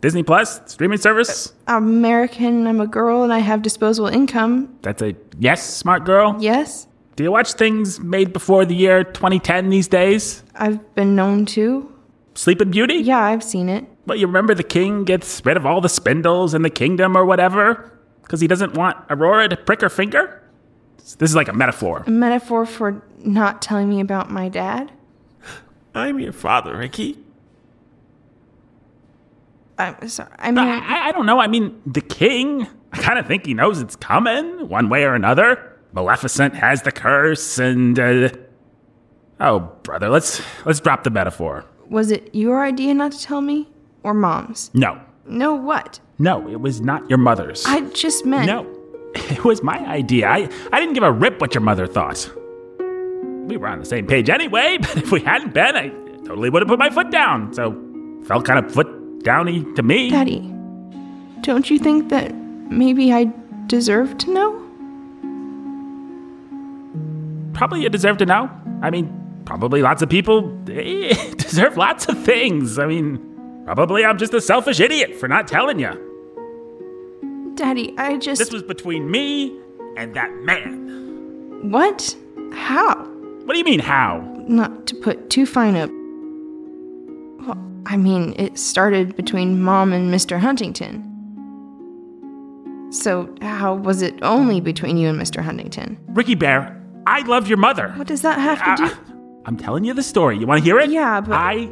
Disney Plus streaming service?
I'm American, I'm a girl, and I have disposable income.
That's a yes, smart girl.
Yes,
Do you watch things made before the year 2010 these days?
I've been known to.
Sleeping Beauty?
Yeah, I've seen it.
Well, you remember the king gets rid of all the spindles in the kingdom or whatever because he doesn't want Aurora to prick her finger. This is like a metaphor.
A metaphor for not telling me about my dad.
I'm your father, Ricky.
I'm sorry. I mean,
I, I don't know. I mean, the king. I kind of think he knows it's coming, one way or another. Maleficent has the curse, and uh, oh, brother, let's let's drop the metaphor.
Was it your idea not to tell me? Or mom's?
No,
No, what?
no, it was not your mother's.
I just meant.
No, it was my idea. I I didn't give a rip what your mother thought. We were on the same page anyway, but if we hadn't been, I totally would have put my foot down. So felt kind of foot downy to me.
Daddy, don't you think that maybe I deserve to know?
probably you deserve to know. I mean, probably lots of people they deserve lots of things. I mean, probably I'm just a selfish idiot for not telling you.
Daddy, I just.
This was between me and that man.
What? How?
What do you mean, how?
Not to put too fine a. Well, I mean, it started between Mom and Mr. Huntington. So, how was it only between you and Mr. Huntington?
Ricky Bear, I love your mother. Ah,
What does that have to do?
I'm telling you the story. You want to hear it?
Yeah, but-
I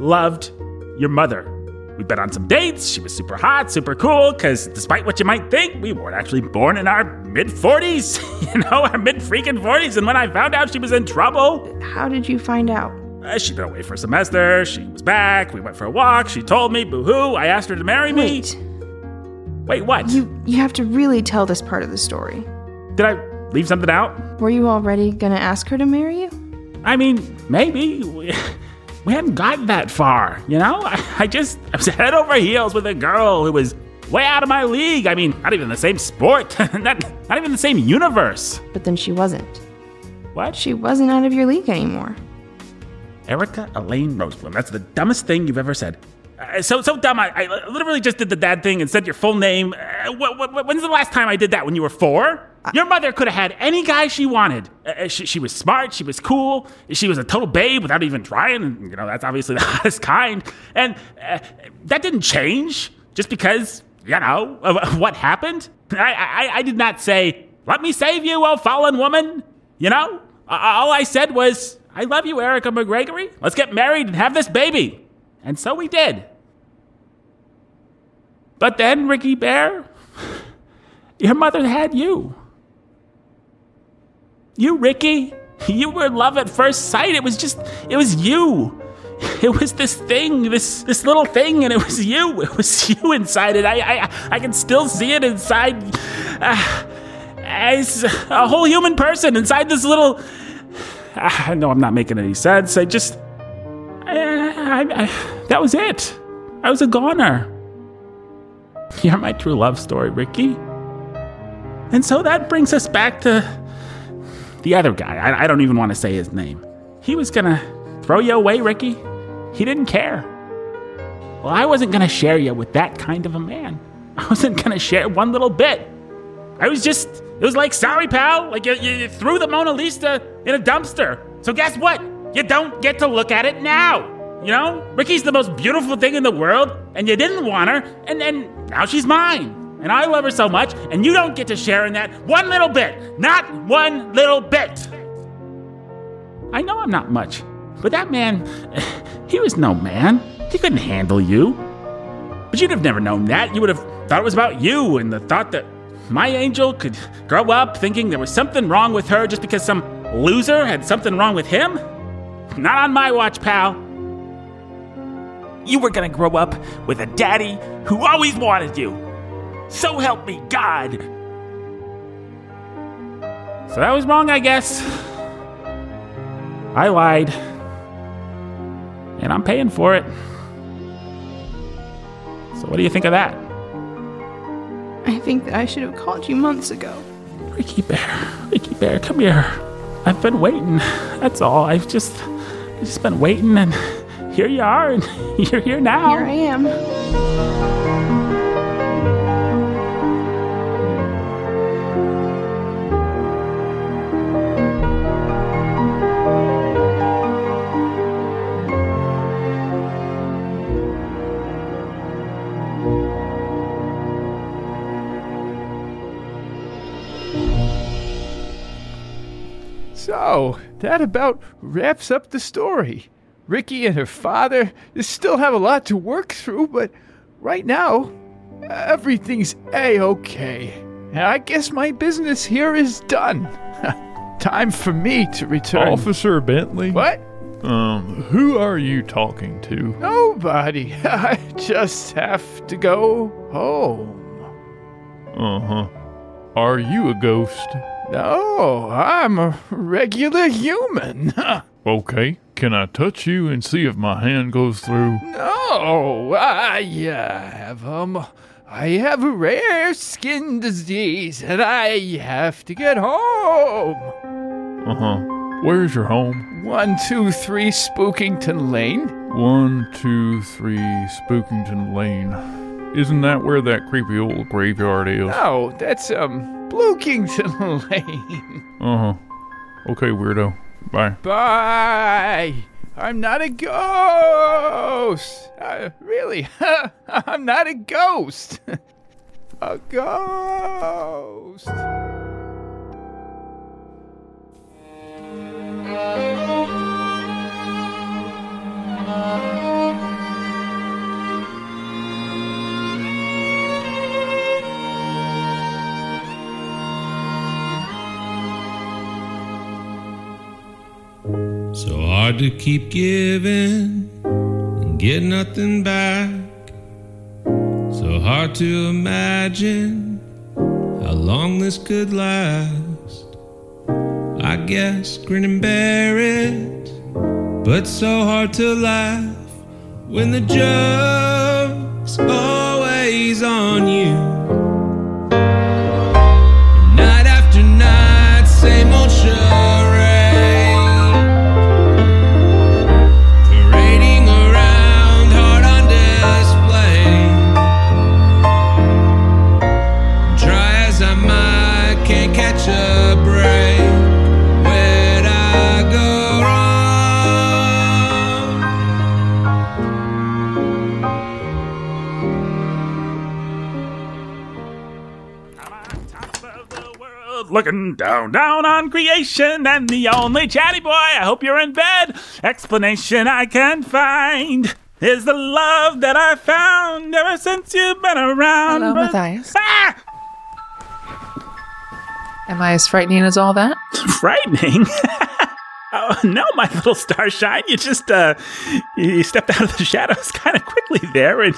loved your mother. We've been on some dates. She was super hot, super cool, because despite what you might think, we weren't actually born in our mid 40s. you know, our mid freaking 40s. And when I found out she was in trouble,
How did you find out?
Uh, she'd been away for a semester. She was back. We went for a walk. She told me, boo hoo. I asked her to marry me.
Wait.
Wait, what?
You you have to really tell this part of the story.
Did I leave something out?
Were you already gonna ask her to marry you?
I mean, maybe. We, we hadn't gotten that far, you know? I, I just I was head over heels with a girl who was way out of my league. I mean, not even the same sport, not, not even the same universe.
But then she wasn't.
What?
She wasn't out of your league anymore.
Erica Elaine Rosebloom. That's the dumbest thing you've ever said. Uh, so so dumb. I, I literally just did the dad thing and said your full name. Uh, wh- wh- when's the last time I did that? When you were four? your mother could have had any guy she wanted. Uh, she, she was smart. She was cool. She was a total babe without even trying. And, you know that's obviously the hottest kind. And uh, that didn't change just because you know of- of what happened. I, I I did not say let me save you, oh fallen woman. You know I, all I said was I love you, Erica McGregory. Let's get married and have this baby. And so we did. But then, Ricky Bear, your mother had you. You, Ricky, you were love at first sight. It was just, it was you. It was this thing, this this little thing, and it was you. It was you inside it. I I, I can still see it inside. Uh, as a whole human person inside this little. I know "Ah, I'm not making any sense. I just. I, I, I, that was it. I was a goner. You're my true love story, Ricky. And so that brings us back to the other guy. I, I don't even want to say his name. He was gonna throw you away, Ricky. He didn't care. Well, I wasn't gonna share you with that kind of a man. I wasn't gonna share one little bit. I was just, it was like, sorry, pal, like you, you, you threw the Mona Lisa in a dumpster. So guess what? You don't get to look at it now. You know, Ricky's the most beautiful thing in the world, and you didn't want her, and then now she's mine. And I love her so much, and you don't get to share in that one little bit. Not one little bit. I know I'm not much, but that man, he was no man. He couldn't handle you. But you'd have never known that. You would have thought it was about you and the thought that my angel could grow up thinking there was something wrong with her just because some loser had something wrong with him. Not on my watch, pal. You were gonna grow up with a daddy who always wanted you. So help me God. So that was wrong, I guess. I lied. And I'm paying for it. So, what do you think of that?
I think that I should have called you months ago.
Ricky Bear, Ricky Bear, come here. I've been waiting. That's all. I've just, I've just been waiting, and here you are, and you're here now.
Here I am.
So, that about wraps up the story. Ricky and her father still have a lot to work through, but right now, everything's a okay. And I guess my business here is done. Time for me to return.
Officer Bentley?
What?
Um, who are you talking to?
Nobody. I just have to go home.
Uh huh. Are you a ghost?
Oh,
No, I'm a regular human.
Okay. Can I touch you and see if my hand goes through?
No, I uh, have um, I have a rare skin disease, and I have to get home.
Uh huh. Where's your home?
One, two, three, Spookington Lane.
One, two, three, Spookington Lane. Isn't that where that creepy old graveyard is?
Oh.
No, that's um, Blookington Lane.
Uh huh. Okay, weirdo. Bye.
Bye. I'm not a ghost. Uh, really, I'm not a ghost. a ghost.
So hard to keep giving and get nothing back. So hard to imagine how long this could last. I guess grin and bear it, but so hard to laugh when the joke's always on you. Night after night, same old charade. Parading around, hard on death.
down, down on creation. I'm the only chatty boy. I hope you're in bed. Explanation I can find is the love that I found ever since you've been around.
Hello,
But- Ah!
Matthias.
Am I as frightening as all that?
Frightening. Oh no, my little starshine! You just uh, you you stepped out of the shadows kind of quickly there, and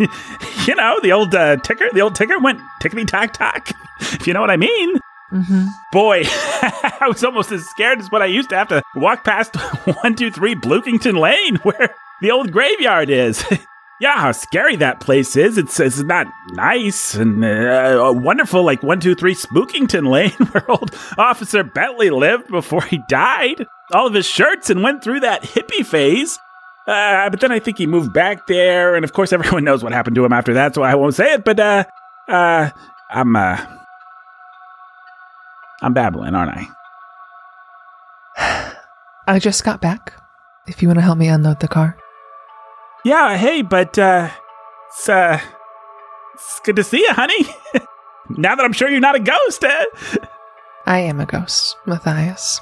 you know the old uh, ticker. The old ticker went tickety tock tock. If you know what I mean.
Mm-hmm.
Boy, I was almost as scared as when I used to have to walk past 123 Bloomington Lane, where the old graveyard is. yeah, how scary that place is. It's, it's not nice and uh, uh, wonderful, like 123 Spookington Lane, where old Officer Bentley lived before he died. All of his shirts and went through that hippie phase. Uh, but then I think he moved back there, and of course, everyone knows what happened to him after that, so I won't say it. But uh, uh, I'm uh, I'm babbling, aren't I?
I just got back. If you want to help me unload the car.
Yeah, hey, but uh it's uh it's good to see you, honey. now that I'm sure you're not a ghost, eh?
I am a ghost, Matthias.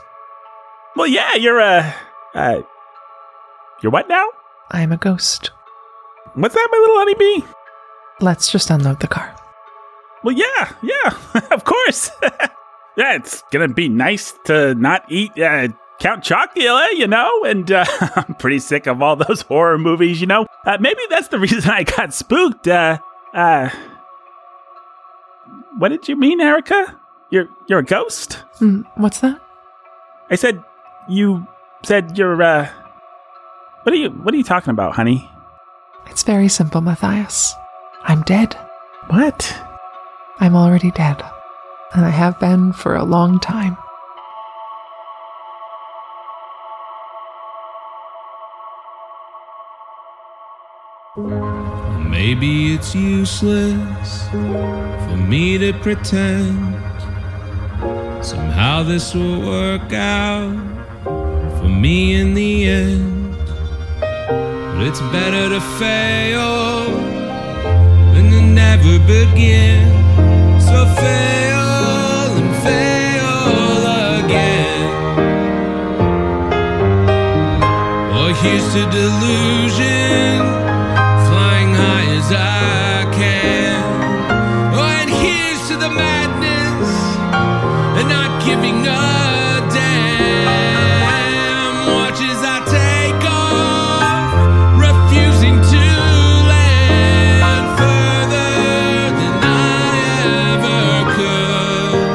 Well, yeah, you're uh, uh you're what now?
I am a ghost.
What's that, my little honeybee?
Let's just unload the car.
Well, yeah, yeah, of course. yeah, it's gonna be nice to not eat uh, Count Chocula, you know. And uh, I'm pretty sick of all those horror movies, you know. Uh, maybe that's the reason I got spooked. Uh, uh, what did you mean, Erica? You're you're a ghost?
Mm, what's that?
I said you said you're. Uh, what are you What are you talking about, honey?
It's very simple, Matthias. I'm dead.
What?
I'm already dead. And I have been for a long time.
Maybe it's useless for me to pretend somehow this will work out for me in the end. But it's better to fail than to never begin. So fail and fail again. Well, here's to delusion flying high as I can. Oh, and here's to the madness and not giving a damn. Watch as I take off, refusing to land further than I ever could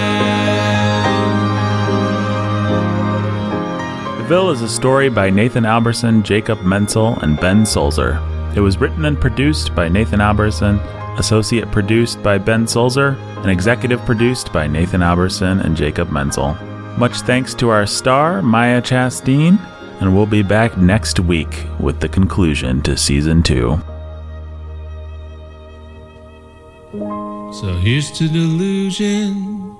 imagine.
The Ville is a story by Nathan Alberson, Jacob Menzel, and Ben Solzer. It was written and produced by Nathan Alberson, associate produced by Ben Solzer, and executive produced by Nathan Alberson and Jacob Menzel. Much thanks to our star, Maya Chasteen, and we'll be back next week with the conclusion to season two.
So here's to delusion,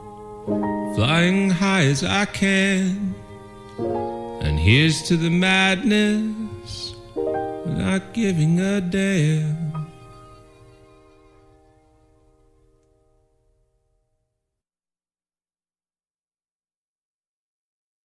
flying high as I can. And here's to the madness, not giving a damn.